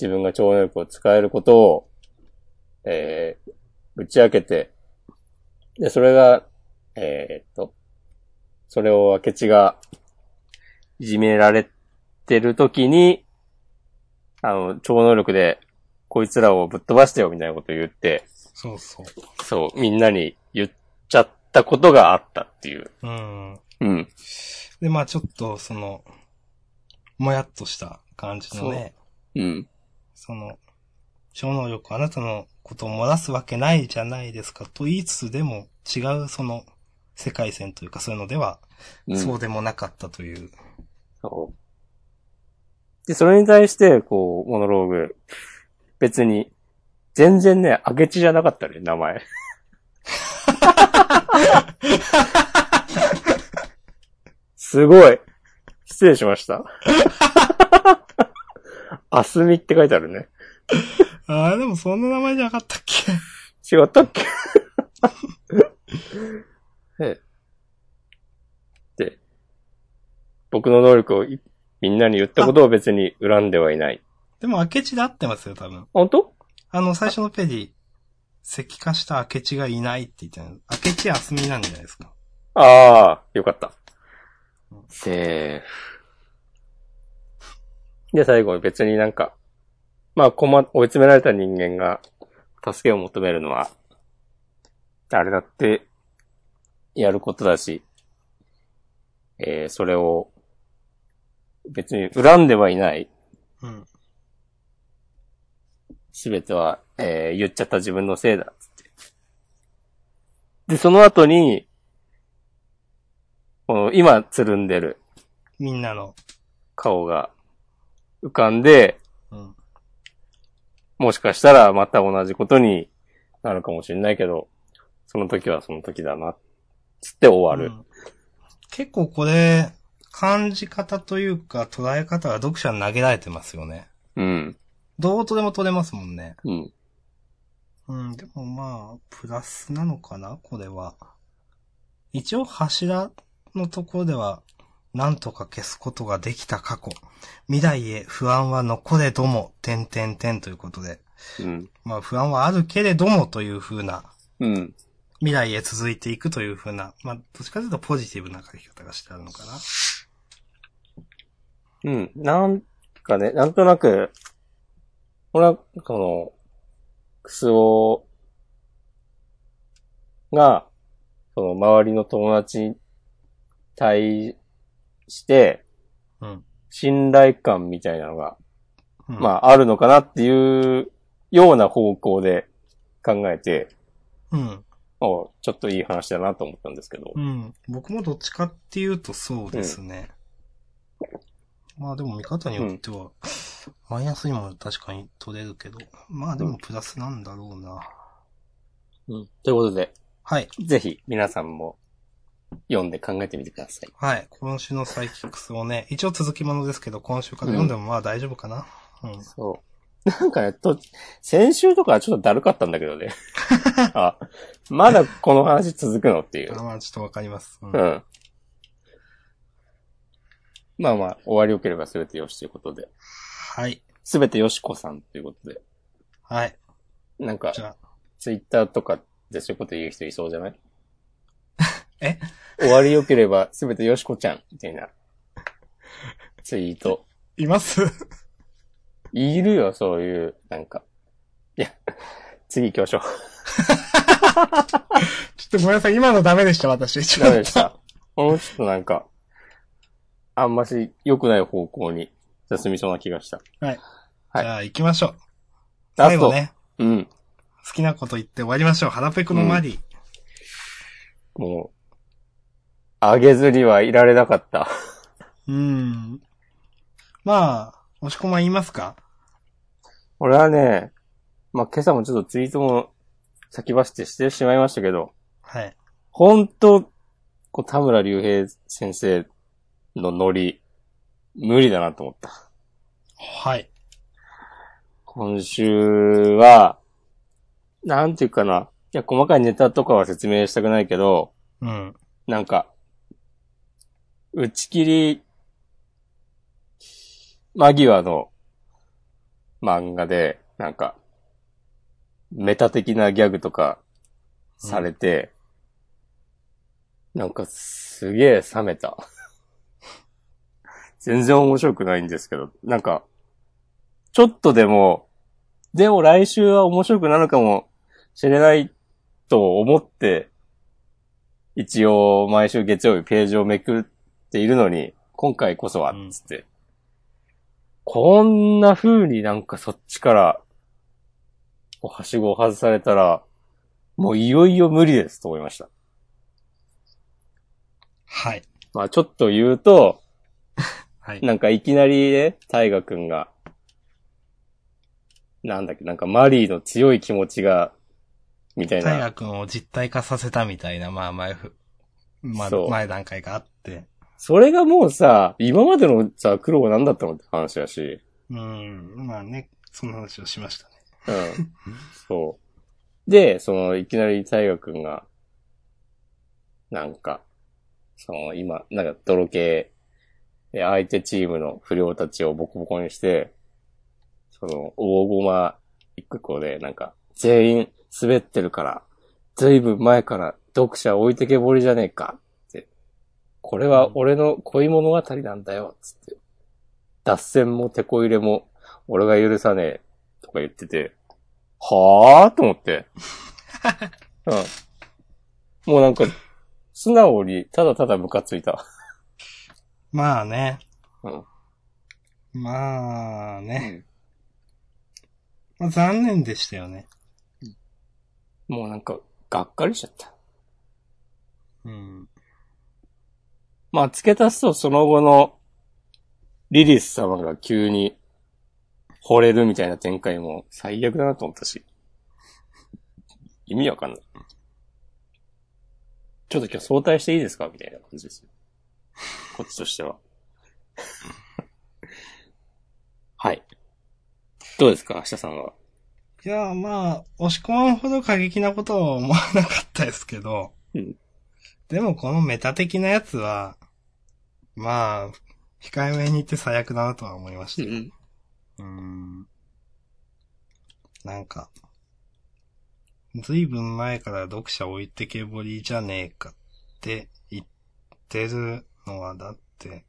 B: 自分が超能力を使えることを、えー、打ち明けて、で、それが、えーっと、それを明智がいじめられてる時に、あの、超能力でこいつらをぶっ飛ばしてよみたいなことを言って、
A: そうそう。
B: そう、みんなに言っちゃったことがあったっていう。
A: うん。
B: うん。
A: で、まあちょっと、その、もやっとした感じのね、
B: うん。
A: その、超能力あなたのことを漏らすわけないじゃないですかと言いつつでも違うその世界線というかそういうのでは
B: そ
A: そううでもなかったという。
B: で、それに対して、こう、モノローグ別に、全然ね、明智じゃなかったね、名前。すごい。失礼しま した。あすみって書いてあるね。
A: あーでもそんな名前じゃなかったっけ
B: 違ったっけ ええで、僕の能力をいみんなに言ったことを別に恨んではいない。
A: でも明智で合ってますよ、多分。
B: 本当
A: あの、最初のページ、石化した明智がいないって言ってない。明智休みなんじゃないですか。
B: ああ、よかった。セーフ。で、最後に別になんか、まあ、困、追い詰められた人間が、助けを求めるのは、あれだって、やることだし、えー、それを、別に恨んではいない。
A: うん。
B: すべては、えー、言っちゃった自分のせいだ、つって。で、その後に、この、今、つるんでる
A: みんなの。
B: 顔が浮かんで、
A: うん。
B: もしかしたらまた同じことになるかもしれないけど、その時はその時だな、つって終わ
A: う
B: る。
A: ん結構これ、感じ方というか捉え方が読者に投げられてますよね。
B: うん。
A: どうとでも取れますもんね。
B: うん。
A: うん、でもまあ、プラスなのかなこれは。一応柱のところでは、なんとか消すことができた過去。未来へ不安は残れども、点点点ということで。
B: うん。
A: まあ不安はあるけれどもという風な、
B: うん。
A: 未来へ続いていくという風な、まあどっちかというとポジティブな書き方がしてあるのかな。
B: うん。なんかね、なんとなく、俺は、この、クスオが、その周りの友達に対して、
A: うん。
B: 信頼感みたいなのが
A: うん、
B: まあ、あるのかなっていうような方向で考えて、
A: うん。
B: おちょっといい話だなと思ったんですけど
A: う。ん。僕もどっちかっていうとそうですね。まあでも見方によっては、マイナスにも確かに取れるけど、まあでもプラスなんだろうな。
B: うん。ということで、
A: はい。
B: ぜひ皆さんも読んで考えてみてください。
A: はい。今週のサイキックスをね、一応続きものですけど、今週から読んでもまあ大丈夫かな。うん。
B: そう。なんかね、と、先週とかはちょっとだるかったんだけど ね。あ、まだこの話続くのっていう
A: あ。まあちょっとわかります。うん。
B: う
A: は
B: ん。まあまあ、終わりよければ全てよしということで。
A: い。
B: 全てよしこさんということで。
A: はい。
B: なんか
A: じ、ゃあ、
B: ツイッターとかでそういうこと言う人いそうじゃない
A: え
B: 終わり良ければすべてよしこちゃん、みたいな。ツイート。
A: います
B: いるよ、そういう、なんか。いや、次行きましょ
A: ちょっとごめんなさい、今のダメでした、私。
B: う。ダメでした。この人なんか、あんまし良くない方向に進みそうな気がした。はい
A: じゃあ、行きましょう。
B: ラ
A: 最
B: スト
A: 後ね、
B: うん。
A: 好きなこと言って終わりましょう。腹ペコのマリー。
B: もう、上げずりはいられなかった。
A: うーん。まあ、押し込まん言いますか
B: 俺はね、まあ、今朝もちょっとツイートも先走ってしてしまいましたけど、
A: はい。
B: ほんと、こう田村隆平先生のノリ、無理だなと思った。
A: はい。
B: 今週は、なんていうかな。いや、細かいネタとかは説明したくないけど、
A: うん。
B: なんか、打ち切り間際の漫画で、なんか、メタ的なギャグとかされて、なんかすげえ冷めた。 全然面白くないんですけど、なんか、ちょっとでも、でも来週は面白くなるかもしれないと思って、一応毎週月曜日ページをめくっているのに、今回こそは
A: うん、
B: つって、こんな風になんかそっちから、こうはしごを外されたら、もういよいよ無理ですと思いました。
A: はい。
B: まあちょっと言うと、
A: はい。
B: なんかいきなりね、大河くんが、なんだっけ、なんかマリーの強い気持ちが、みたいな。
A: 平君を実体化させたみたいな、まあ前ふ、まあ、
B: そう
A: 前段階があって。
B: それがもうさ、今までのさ、苦労は何だったのって話だし。
A: うん、まあね、その話をしましたね。
B: うん。そう。で、その、いきなり大河君が、なんか、その、今、なんか、泥系、で相手チームの不良たちをボコボコにして、その、大駒一個一個で、なんか、全員滑ってるから、ずいぶん前から読者置いてけぼりじゃねえか、って。これは俺の恋物語なんだよ、つって。脱線も手こ入れも、俺が許さねえ、とか言ってて、はぁーと思って。うん。もうなんか、素直に、ただただムカついた。
A: まあね。
B: うん
A: まあね。まあ、残念でしたよね。
B: もうなんか、がっかりしちゃった。
A: うん。
B: まあ、付け足すとその後の、リリス様が急に、惚れるみたいな展開も最悪だなと思ったし。意味わかんない。ちょっと今日早退していいですかみたいな感じですよ。こっちとしては。 はい。どうですか明日さんは。
A: いや、まあ、押し込まんほど過激なことは思わなかったですけど。
B: うん
A: でもこのメタ的なやつは、まあ、控えめに言って最悪だなとは思いましたよ。うーんなんか、ずいぶん前から読者置いてけぼりじゃねえかって言ってるのはだって、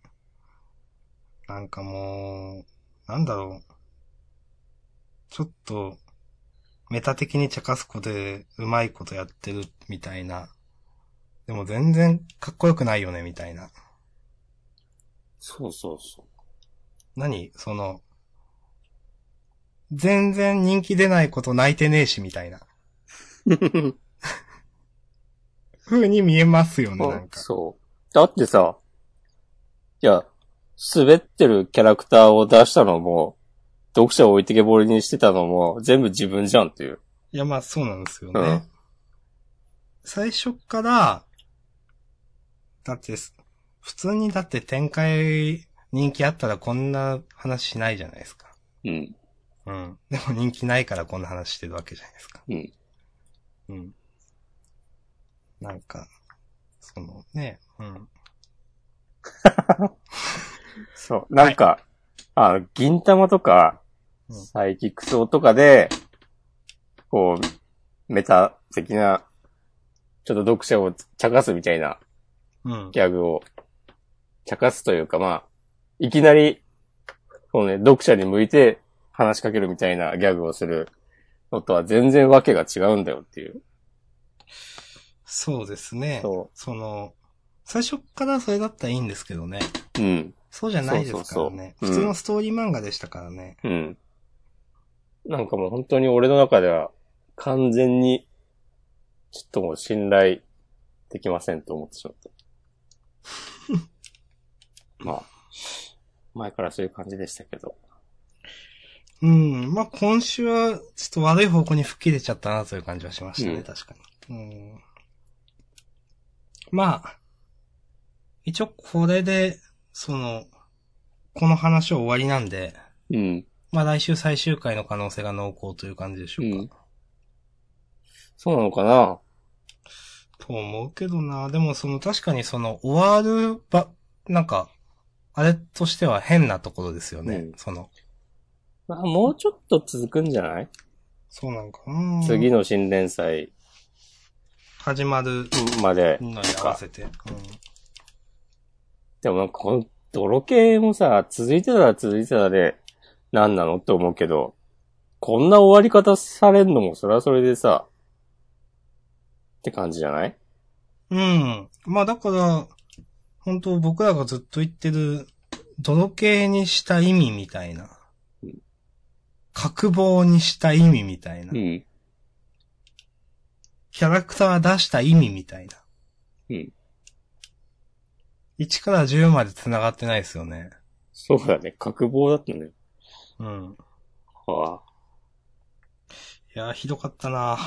A: なんかもう、なんだろう。ちょっと、メタ的に茶化すことでうまいことやってるみたいな。でも全然かっこよくないよねみたいな。
B: そうそうそ
A: 何その、全然人気出ないこと泣いてねえし、みたいな。
B: う。
A: 風に見えますよね、
B: あ
A: なんか。
B: そう。だってさ、いや、滑ってるキャラクターを出したのも、読者を置いてけぼりにしてたのも、全部自分じゃんっていう。
A: いや、まあそうなんですよね。
B: うん
A: 最初から、だってす、普通にだって展開人気あったらこんな話しないじゃないですか。
B: うん。
A: うん。でも人気ないからこんな話してるわけじゃないですか。
B: うん。
A: うん。なんか、そのね、うん。
B: そう。なんか、あ、銀玉とか、
A: うん
B: サイキックソとかで、こう、メタ的な、ちょっと読者を茶化すみたいな
A: うん。
B: ギャグを茶化すというか、まあ、いきなり、こうね、読者に向いて話しかけるみたいなギャグをするのとは全然わけが違うんだよっていう。
A: そうですね。
B: そ
A: その、最初からそれだったらいいんですけどね。
B: う。うん。
A: そうじゃないですからね。
B: そうそうそううん
A: 普通のストーリー漫画でしたからね。
B: うん。なんかもう本当に俺の中では完全に、ちょっともう信頼できませんと思ってしま った。まあ、前からそういう感じでしたけど。
A: うん。まあ、今週は、ちょっと悪い方向に吹っ切れちゃったなという感じはしましたね、
B: うん
A: 確かに。うん。まあ、一応これで、その、この話は終わりなんで、
B: うん。
A: まあ来週最終回の可能性が濃厚という感じでしょうか。
B: うんそうなのかな
A: と思うけどな。でもその確かにその終わるば、なんか、あれとしては変なところですよね。
B: うん
A: その、
B: まあ、もうちょっと続くんじゃない、
A: そうなんかな。
B: 次の新連載
A: 始まる
B: まで。
A: のに合わせて。うん、
B: でもなんかこの泥系もさ、続いてたら続いてたらで、何なのって思うけど、こんな終わり方されんのもそれはそれでさ、って感じじゃない
A: うん。まあだから、本当僕らがずっと言ってる、泥系にした意味みたいな
B: うん。
A: 角棒にした意味みたいな。
B: ん。
A: キャラクター出した意味みたいな。
B: うん。
A: 1から10まで繋がってないですよね。
B: そうだね。覚悟だったね。
A: うん。
B: はあ、
A: いやー、ひどかったな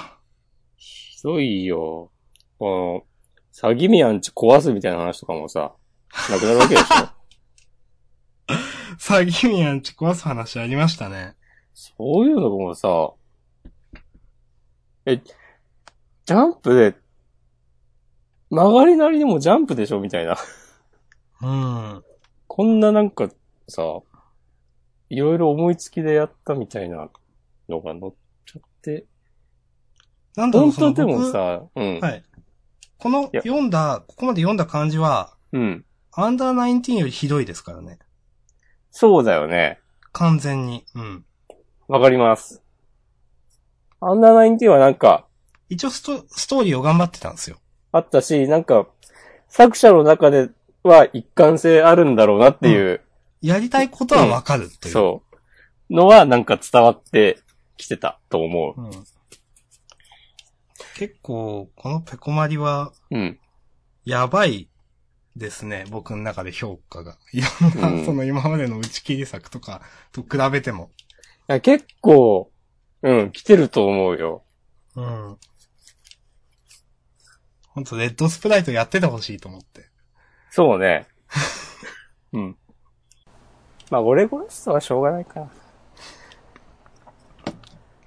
B: ひどいよ。この、詐欺ミアンチ壊すみたいな話とかもさ、なくなるわけでしょ
A: 詐欺ミアンチ壊す話ありましたね。
B: そういうのもさ、え、ジャンプで、曲がりなりにもジャンプでしょみたいな。
A: うん。
B: こんななんかさ、いろいろ思いつきでやったみたいなのが乗っちゃって。
A: なんだろう、
B: 本
A: その
B: 当で
A: 僕
B: もさ、うん。
A: はい。この
B: いや
A: 読んだ、ここまで読んだ感じは、
B: うん。
A: アンダーナインティーンよりひどいですからね。
B: そうだよね。
A: 完全に。うん。
B: わかります。アンダーナインティはなんか、
A: 一応ストストーリーを頑張ってたんですよ。
B: あったし、なんか、作者の中では一貫性あるんだろうなっていう、
A: やりたいことはわかるという。
B: そう。のはなんか伝わってきてたと思
A: うん。結構、このペコマリは、
B: う。うん。
A: やばいですね。僕の中で評価が。いろんな、
B: うん
A: その今までの打ち切り作とかと比べても。
B: いや結構、うん、来てると思うよ。
A: うん。ほんと、レッドスプライトやっててほしいと思って。
B: そうね。 うん。まあ、オレゴンストはしょうがないか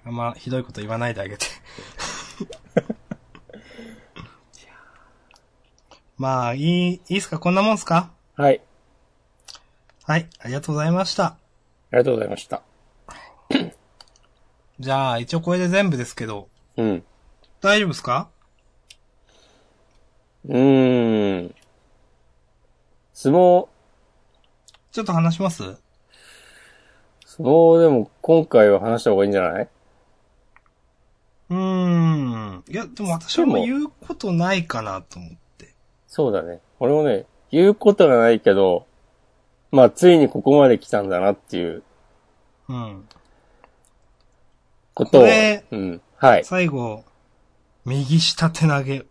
A: あんまひどいこと言わないであげて。まあ、いい、いいっすかこんなもんっすか
B: な。はい。
A: はい、ありがとうございました。
B: ありがとうございました。
A: じゃあ、一応これで全部ですけど、
B: うん。
A: 大丈夫っすか
B: うーん。相撲、
A: ちょっと話します
B: 相撲でも今回は話した方がいいんじゃないう
A: ーん。いや、でも私はもう言うことないかなと思って。
B: そうだね。俺もね、言うことがないけど、まあ、ついにここまで来たんだなっていう
A: うん。
B: ことを。
A: これ
B: うん。はい。
A: 最後、右下手投げ、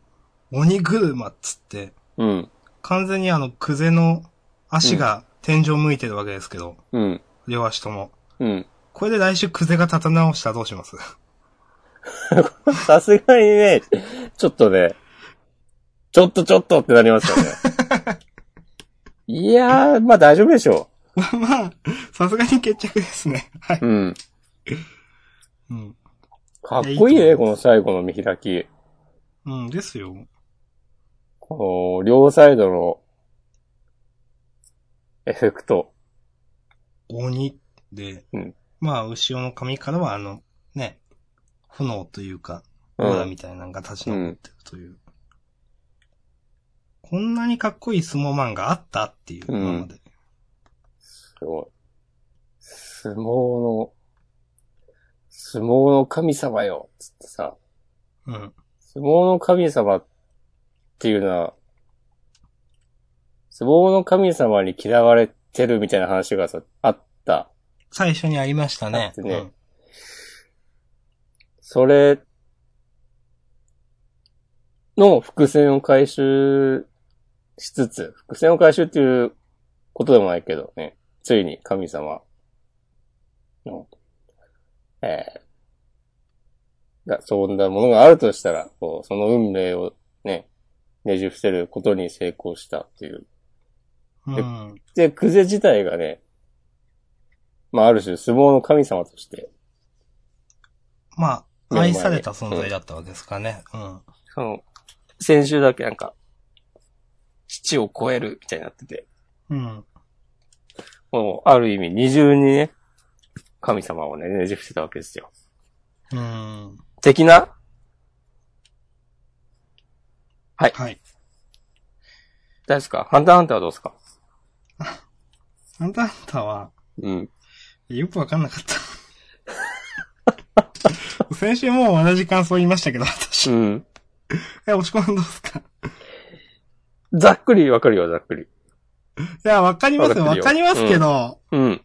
A: 鬼車っつって、
B: うん。
A: 完全にあの、クゼの足が天井向いてるわけですけど、
B: うん。
A: 両足とも。
B: うん。
A: これで来週クゼが立た直したらどうします
B: さすがにね、ちょっとね、ちょっとちょっとってなりますよね。 いやー、まあ大丈夫でしょ
A: まあまあ、さすがに決着ですね。はい。
B: う。うん。
A: うん。
B: かっこいい
A: いやい
B: ね、
A: いと思います
B: この最後の見開き。
A: うん、ですよ。
B: この、両サイドの、エフェクト。
A: 鬼で、
B: うん
A: まあ、後ろの髪からはあの、ね、炎というか、
B: う
A: オーラ
B: ん。
A: みたいなのが立ち上ってるという。こんなにかっこいい相撲漫画あったっていう、
B: うん
A: 今まで。
B: すごい。相撲の、相撲の神様よ、つってさ。
A: うん。
B: 相撲の神様っていうのは、相撲の神様に嫌われてるみたいな話がさ、あった。
A: 最初にありました
B: あっ
A: ね。
B: てねそれの伏線を回収しつつ、伏線を回収っていうことでもないけどね、ついに神様の、えー、が、そんなものがあるとしたら、こうその運命をね、ねじ伏せることに成功したっていう
A: うん。うん。
B: で、クゼ自体がね、まあある種相撲の神様として、
A: ま
B: うん
A: あ、愛された存在だったわけですかね。うん。
B: その、先週だけなんか、父を超えるみたいになってて、
A: うん。
B: もうある意味二重にね、神様をね、ねじ伏せたわけですよ。
A: うん。
B: 的な
A: はい。
B: 大丈夫ですかハンターハンターはどうですか
A: あんたあんたは、
B: うん。
A: よくわかんなかった。 先週もう同じ感想言いましたけど、私。
B: うん。
A: え、押し込んどうすか
B: ざっくりわかるよ、ざっくり。
A: いや、わかりますよ。
B: わ
A: わ
B: か
A: か
B: ってる
A: り
B: よ
A: ますけど、
B: うん。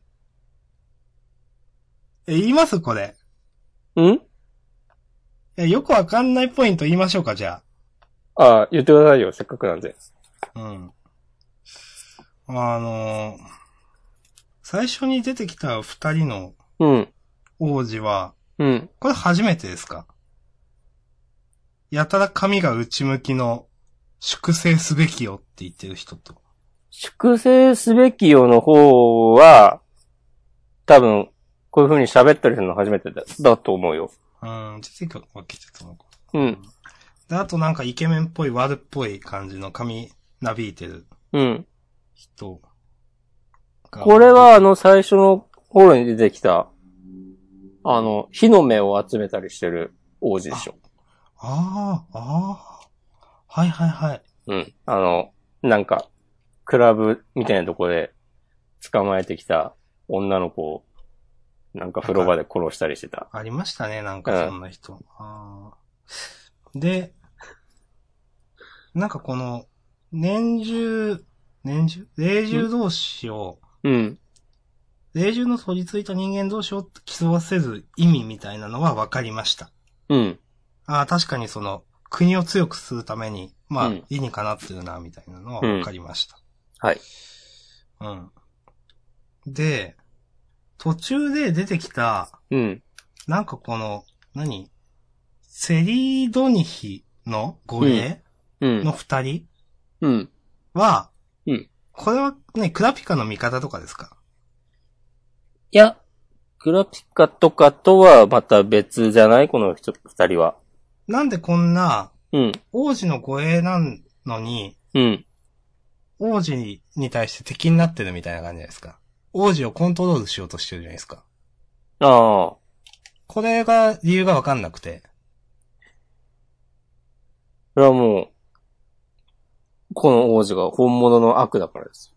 A: え、言いますこれ。
B: うん
A: いや、よくわかんないポイント言いましょうか、じゃ
B: ああ、言ってくださいよ、せっかくなんで。
A: あ。うん。あのー最初に出てきた二人の
B: うん。
A: 王子は、
B: うん。
A: これ初めてですかやたら髪が内向きの、粛清すべきよって言ってる人と。
B: 粛清すべきよの方は、多分、こういう風に喋ったりするの初めてだだと思うよ。
A: うん、出てくるわけてたのか。
B: うん。
A: で、あとなんかイケメンっぽい、悪っぽい感じの髪なびいてる
B: うん。
A: 人が
B: これ、はあの最初の頃に出てきた、あの、火の目を集めたりしてる王子でしょ。
A: ああ、ああ。はいはいはい。
B: うん。あの、なんか、クラブみたいなとこで捕まえてきた女の子を、なんか風呂場で殺したりしてた。
A: ありましたね、なんかそんな人。あーで、なんかこの、年中、年中霊獣同士を、
B: うん。
A: 霊獣の取り付いた人間同士を競わせず意味みたいなのは分かりました。
B: うん。
A: ああ、確かにその、国を強くするために、まあ、
B: うん
A: 理にかなってるな、みたいなのは分かりました。
B: はい。
A: うん。で、途中で出てきた、
B: うん。
A: なんかこの、何セリードニヒの護衛
B: うん
A: の。二人
B: うん。
A: は、
B: うん
A: これはね、クラピカの味方とかですか
B: いや、グラピカとかとはまた別じゃないこの人、二人は。
A: なんでこんな、
B: うん。
A: 王子の護衛なのに、
B: うん。
A: 王子にに対して敵になってるみたいな感じじゃないですか。王子をコントロールしようとしてるじゃないですか。
B: ああ。
A: これが理由がわかんなくて。
B: それはもう、この王子が本物の悪だからですよ。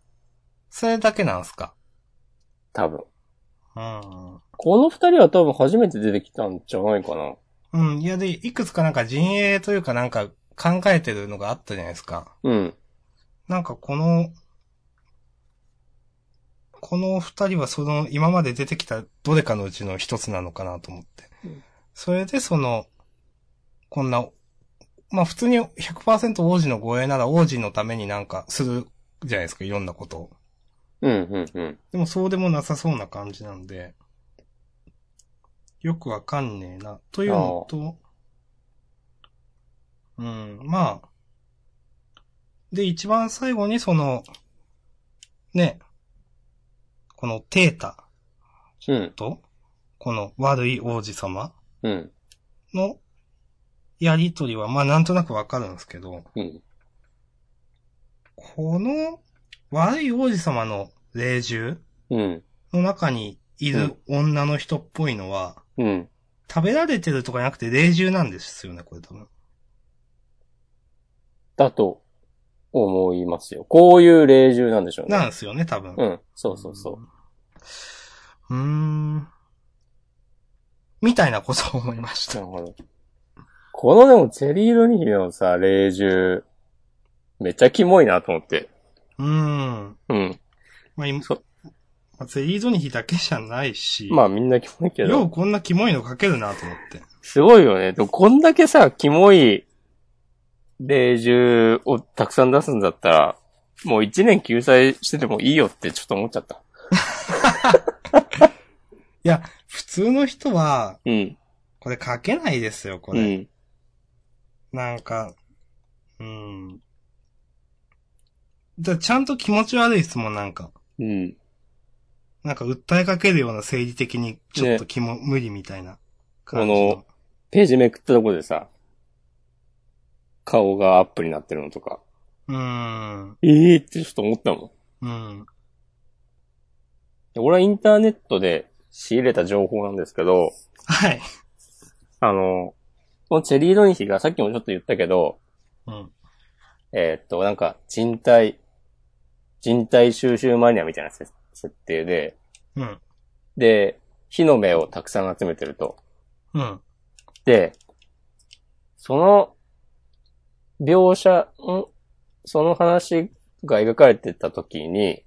A: それだけなんすか。
B: 多分。
A: うん。
B: この二人は多分初めて出てきたんじゃないかな。
A: うん。いや、で、いくつかなんか陣営というかなんか考えてるのがあったじゃないですか。
B: うん。
A: なんかこの、この二人はその今まで出てきたどれかのうちの一つなのかなと思って
B: うん。
A: それでその、こんな、まあ普通に100%王子の護衛なら王子のためになんかするじゃないですか、いろんなことを。
B: うん、うん、うん。
A: でもそうでもなさそうな感じなんで、よくわかんねえな、というのと、うん、まあ、で、一番最後にその、ね、このテータ
B: うん、
A: と、この悪い王子様
B: うん、
A: のやりとりは、まあなんとなくわかるんですけど、
B: うん。
A: この悪い王子様の霊獣
B: うん、
A: の中にいる女の人っぽいのは、
B: うん。
A: 食べられてるとかじゃなくて霊獣なんですよね、これ多分。
B: だと思いますよ。こういう霊獣なんでしょうね。
A: なんですよね、多分。
B: うん、そうそうそう。
A: う。うーん。みたいなことを思いまし
B: な
A: た。
B: るほど。このでもチェリーロニヒのさ、霊獣、めっちゃキモいなと思って。
A: うーん。
B: うん。
A: まあ、今
B: そう、
A: まあ、ゼリードニヒだけじゃないし、
B: まあみんなキモいけ
A: よ
B: ど。
A: うこんなキモいの書けるなと思って。
B: すごいよね。でもこんだけさ、キモい霊獣をたくさん出すんだったら、もう一年救済しててもいいよってちょっと思っちゃった。
A: 普通の人は、
B: うん。
A: これ書けないですよ、こ
B: う
A: れ。
B: ん。
A: なんか、うん。だちゃんと気持ち悪いですもん、なんか。
B: うん。
A: なんか訴えかけるような生理的に、ちょっと
B: ね
A: 気も、無理みたいな感じ
B: このページめくったとこでさ、顔がアップになってるのとか、
A: うーん。
B: ええー、ってちょっと思ったもん。
A: うん。
B: で俺はインターネットで仕入れた情報なんですけど、
A: はい。
B: あの、このチェリードニヒがさっきもちょっと言ったけど、
A: うん。
B: えーっと、なんか人体、人体収集マニアみたいな設設定で、
A: うん。
B: で、火の目をたくさん集めてると。
A: うん。
B: で、その、描写、んその話が描かれてた時に、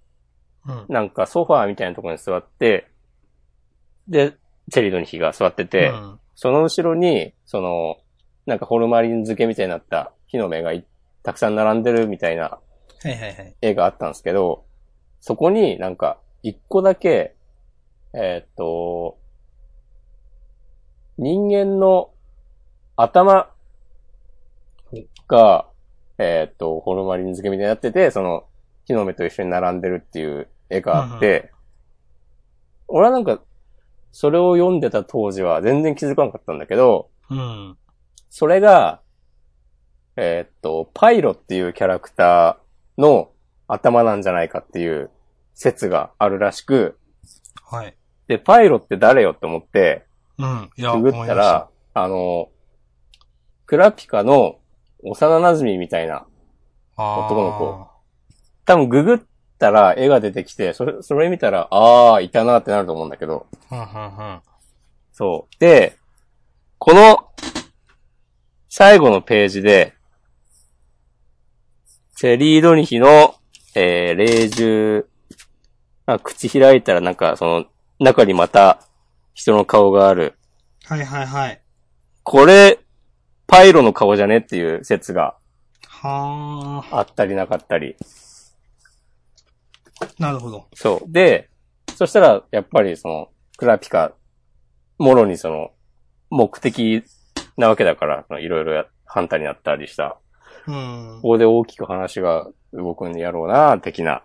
A: うん。
B: なんかソファーみたいなところに座って、で、チェリードニヒが座ってて、
A: うん
B: その後ろに、その、なんかホルマリン漬けみたいになった火の目がいたくさん並んでるみたいな
A: はいはいはい。
B: 絵があったんですけど、そこになんか一個だけ、えーっと、人間の頭が、えーっと、ホルマリン漬けみたいになってて、その、木の芽と一緒に並んでるっていう絵があって、俺はなんか、それを読んでた当時は全然気づかなかったんだけど、
A: うん。
B: それが、えーっと、パイロっていうキャラクターの頭なんじゃないかっていう説があるらしく、
A: はい。
B: で、パイロって誰よって思って、
A: うん。いや、
B: く
A: 思
B: ぐ
A: い
B: っ
A: 出した
B: ら
A: た。、
B: あの、クラピカの幼馴染みたいな、男の子多分ググったら絵が出てきて、それ、それ見たら、あー、いたなってなると思うんだけど、
A: 子。うん、うん、うん。
B: そう。で、この、最後のページで、チェリー・ドニヒの、えー、霊獣、あ口開いたらなんか、その、中にまた、人の顔がある。
A: はいはいはい。
B: これ、パイロの顔じゃねっていう説が
A: はあ。
B: あったりなかったり。
A: なるほど。
B: そう。で、そしたら、やっぱりその、クラピカ、もろにその、目的なわけだから、そのいろいろやハンターになったりした。
A: うん。
B: ここで大きく話が動くんやろうな、的な。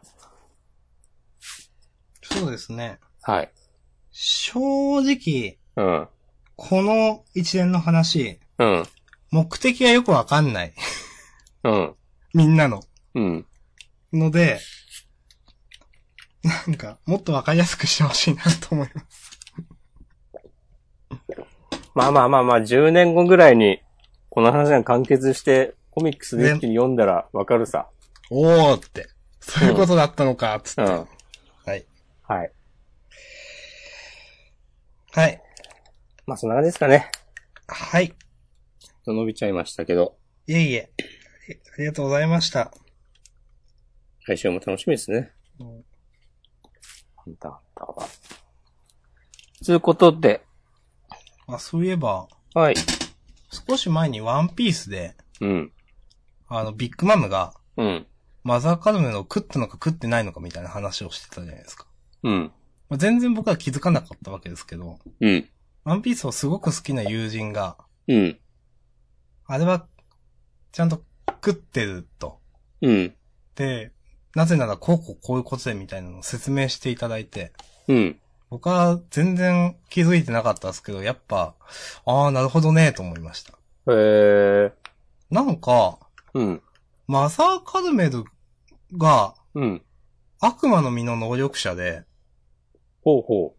A: そうですね。
B: はい。
A: 正直、
B: うん。
A: この一連の話、
B: うん。
A: 目的がよくわかんない。
B: うん。
A: みんなの。
B: うん。
A: ので、なんか、もっとわかりやすくしてほしいなと思います。
B: まあまあまあまあ、10年後ぐらいに、この話が完結して、コミックスで一気に読んだらわかるさ。
A: おーって。そういうことだったのか、つって。
B: うん。
A: はい。
B: はい。
A: はい。
B: まあそんな感じですかね。
A: はい。
B: ちょっと伸びちゃいましたけど、
A: いえいえ。ありがとうございました。
B: 来週も楽しみですね。
A: うん
B: ハンターハンターは。つうことで、
A: あ、そういえば、
B: はい。
A: 少し前にワンピースで、
B: うん。
A: あの、ビッグマムが、
B: うん。
A: マザーカルメの食ったのか食ってないのかみたいな話をしてたじゃないですか。
B: うん。
A: まあ、全然僕は気づかなかったわけですけど、
B: うん。
A: ワンピースをすごく好きな友人が、
B: うん。
A: あれは、ちゃんと食ってると。
B: うん。
A: で、なぜならこうこうこういうことでみたいなのを説明していただいて、
B: うん。
A: 僕は全然気づいてなかったですけど、やっぱ、ああ、なるほどね、と思いました。
B: へえ。
A: なんか、
B: うん。
A: マザーカルメルが
B: うん。
A: 悪魔の実の能力者で、
B: ほうほ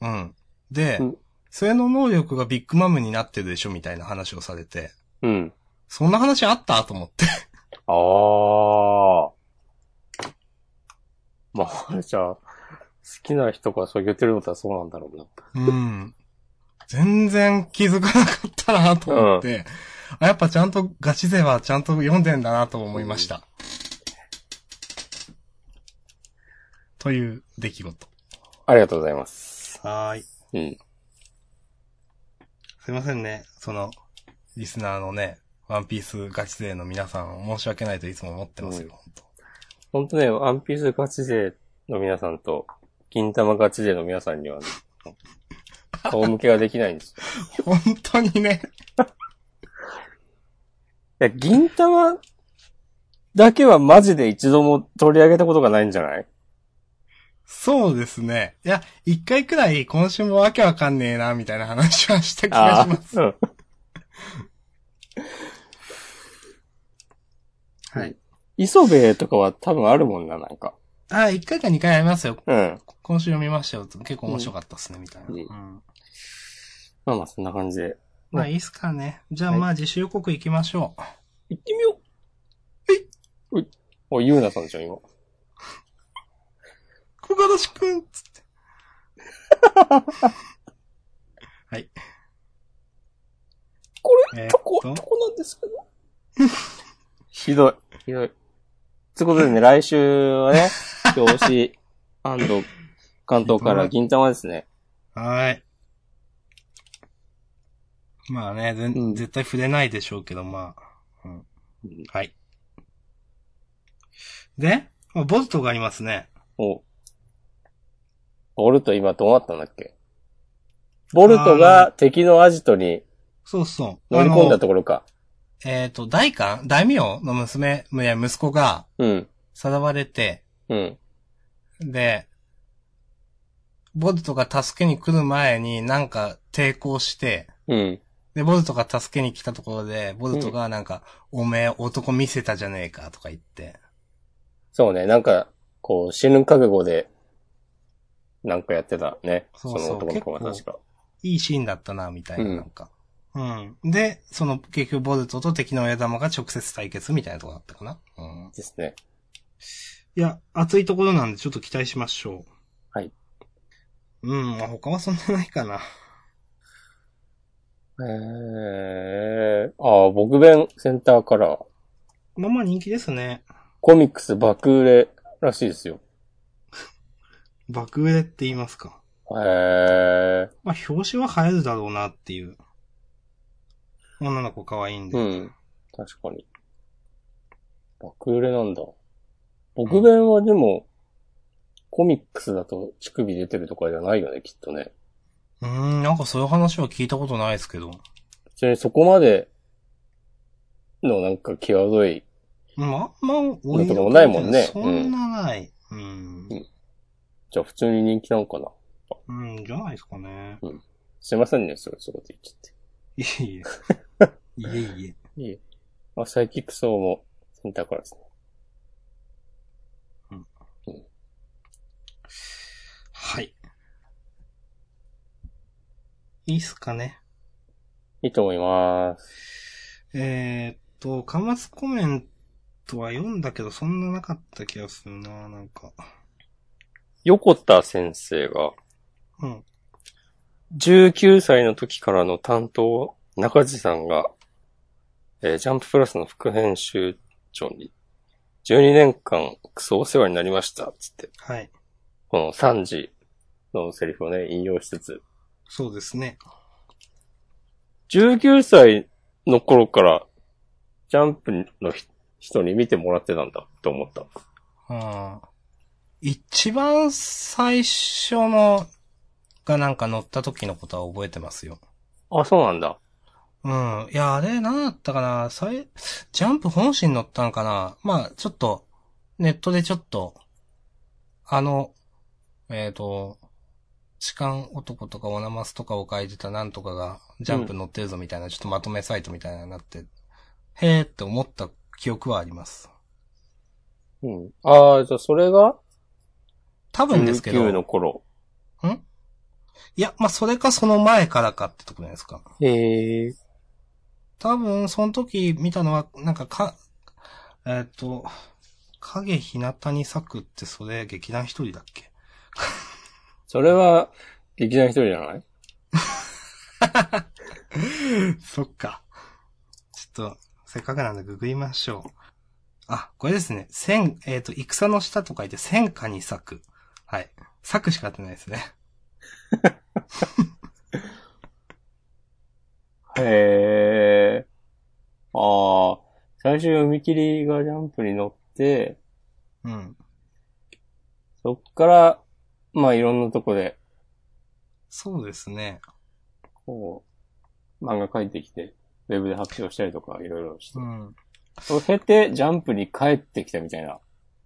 A: うん。で
B: うん、
A: それの能力がビッグマムになってるでしょみたいな話をされて、
B: う。うん。
A: そんな話あったと思って。
B: ああ。まあ、 じゃあ、好きな人がそう言ってることはそうなんだろうな。
A: うん。全然気づかなかったなと思って、あやっぱちゃんとガチ勢はちゃんと読んでんだなと思いました。という出来事。
B: ありがとうございます。
A: はーい。
B: うん。
A: すいませんね。その、リスナーのね、ワンピースガチ勢の皆さん、申し訳ないといつも思ってますよ、
B: うん
A: 本当
B: ほんとね、ワンピースガチ勢の皆さんと、金玉ガチ勢の皆さんには、ね、顔向けができないんですよ。
A: 本当にね。
B: いや、銀玉だけはマジで一度も取り上げたことがないんじゃない
A: そうですね。いや、一回くらい今週もわけわかんねえな、みたいな話はした気がします。
B: あ。うん。
A: はい。
B: 磯部とかは多分あるもんな、なんか。
A: あ、一回か二回ありますよ。
B: うん。
A: 今週読みましたよ。結構面白かったっすね、みたいな。
B: うん
A: うん
B: まあまあ、そんな感じで。
A: まあいいっすかね。じゃあ
B: はい
A: まあ自主予告行きましょう。
B: 行ってみよう。はい。おい、ゆうなさんでしょ、今。
A: 小柄しくんつって。はい。
B: こ
A: えー
B: れ、
A: っ
B: チョコ、
A: と
B: チョコなんですけど。ひどい。ひどい。ということ でね、来週はね、表紙、関東から銀玉ですね。
A: はーい。まあね、ぜん
B: うん
A: 絶対触れないでしょうけど、まあ。うん
B: うん
A: はい。で、まあボルトがいますね。
B: お俺と今どうなったんだっけボルトが敵のアジトに
A: そうそう。
B: 乗り込んだ
A: の、
B: ところか。
A: えっ、と、大官、大名の娘、いや息子が
B: うん。
A: さらわれて、
B: うん。
A: で、ボルトが助けに来る前になんか抵抗して、
B: うん。
A: で、ボルトが助けに来たところで、ボルトがなんか、おめえ男見せたじゃねえかとか言って。
B: そうね。なんか、こう、死ぬ覚悟で、なんかやってたね。そ
A: そうそう
B: の男の子が確か。
A: いいシーンだったな、みたいな、
B: うん
A: なんか。うん。で、その、結局ボルトと敵の親玉が直接対決みたいなとこだったかな。うん。
B: ですね。
A: いや、熱いところなんでちょっと期待しましょう。
B: はい。
A: うん、まあ、他はそんなないかな。
B: えー、ああ、僕弁センターカラー。
A: まあまあ人気ですね。
B: コミックス爆売れらしいですよ。
A: 爆売れって言いますか。
B: へえ。
A: まあ、表紙は映えるだろうなっていう。女の子可愛いんで。
B: うん。確かに。爆売れなんだ。僕弁はでも、コミックスだと乳首出てるとかじゃないよね、きっとね。
A: うーん、なんかそういう話は聞いたことないですけど。
B: 普通にそこまでのなんか際どい、
A: まあ、まあ、
B: これとかもないもんね
A: そんなない。うん。
B: じゃあ普通に人気なのかな。
A: うん、じゃないですかね。
B: すいませんね、それ、そういうこと言っちゃって。
A: いえ いえ。いえいえ。
B: いい。あ、サイキックソーもセンターからですね。
A: はい。いいっすかね。
B: いいと思います。
A: えー、っと、巻末コメントは読んだけど、そんななかった気がするな、なんか。
B: 横田先生が、
A: うん。
B: 19歳の時からの担当を中地さんが、えージャンププラスの副編集長に、12年間クソお世話になりました、つって、
A: はい。
B: この3時のセリフをね、引用しつつ、
A: そうですね。
B: 19歳の頃から、ジャンプのひ人に見てもらってたんだ、と思った。
A: うん。一番最初のがなんか乗った時のことは覚えてますよ。
B: あ、そうなんだ。
A: うん。いや、あれ、なんだったかな。さい、ジャンプ本誌に載ったんかな。まあ、ちょっと、ネットでちょっと、あの、えっ、と、痴漢男とかオナマスとかを書いてたなんとかが、ジャンプ載ってるぞみたいな、ちょっとまとめサイトみたいなのになって、へーって思った記憶はあります。
B: うん。ああ、じゃあそれが、
A: 多分ですけど、
B: 19の頃。
A: いや、まあ、それかその前からかってとこじゃないですか。
B: へえ。
A: 多分、その時見たのは、なんかか、えっ、と、影ひなたに咲くってそれ劇団一人だっけ
B: それは、劇団一人じゃない
A: そっか。ちょっと、せっかくなんでググりましょう。あ、これですね。戦、えっ、と、戦の下と書いて戦火に咲く。はい。咲くしかやってないですね。
B: へえ。ああ、最初読み切りがジャンプに乗って、
A: うん。
B: そっから、まあいろんなとこで、
A: そうですね。
B: こう、漫画書いてきて、ウェブで発表したりとかいろいろして
A: う、ん。
B: それ経てジャンプに帰ってきたみたいな。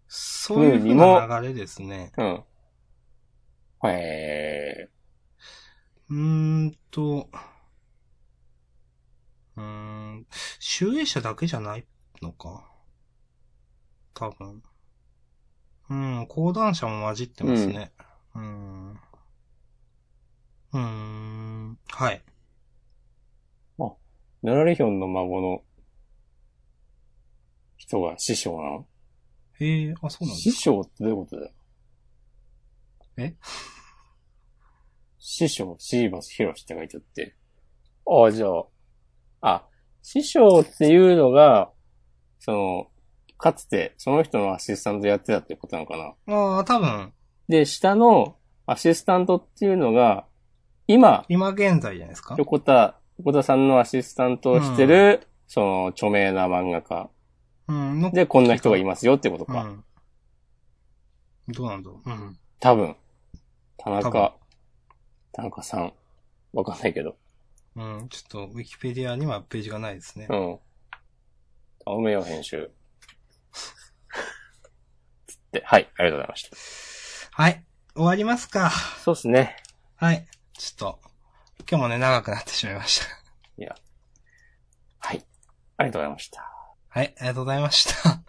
A: そういう風な流れですね。
B: うん。へえ。
A: うーんと、うーん、集英者だけじゃないのか。多分。うん、講談社も混じってますね。うーん。うーん、はい。
B: ぬらりひょんの孫の人が師匠なの
A: へえ、あ、そうなん
B: 師
A: です。
B: 匠ってどういうことだよ。
A: え
B: 師匠、シーバスヒロシって書いてあって。ああ、じゃあ、あ、師匠っていうのが、その、かつてその人のアシスタントやってたってことなのかな。
A: ああ、多分、
B: で、下のアシスタントっていうのが、今、
A: 今現在じゃないですか。
B: 横田、横田さんのアシスタントをしてる、その、著名な漫画家。
A: うん、の
B: で、こんな人がいますよってこと
A: う
B: か。
A: ん。どうなんだろう。うん。
B: 多分。
A: 多
B: 田
A: 分
B: 中、田中さん。わかんないけど。
A: うん、ちょっと、ウィキペディアにはページがないですね
B: う。ん。頼めよ、編集。つって、はい、ありがとうございました。
A: はい。終わりますか。
B: そうですね。
A: はい。ちょっと、今日もね、長くなってしまいました。
B: はい。ありがとうございました。
A: はい、ありがとうございました。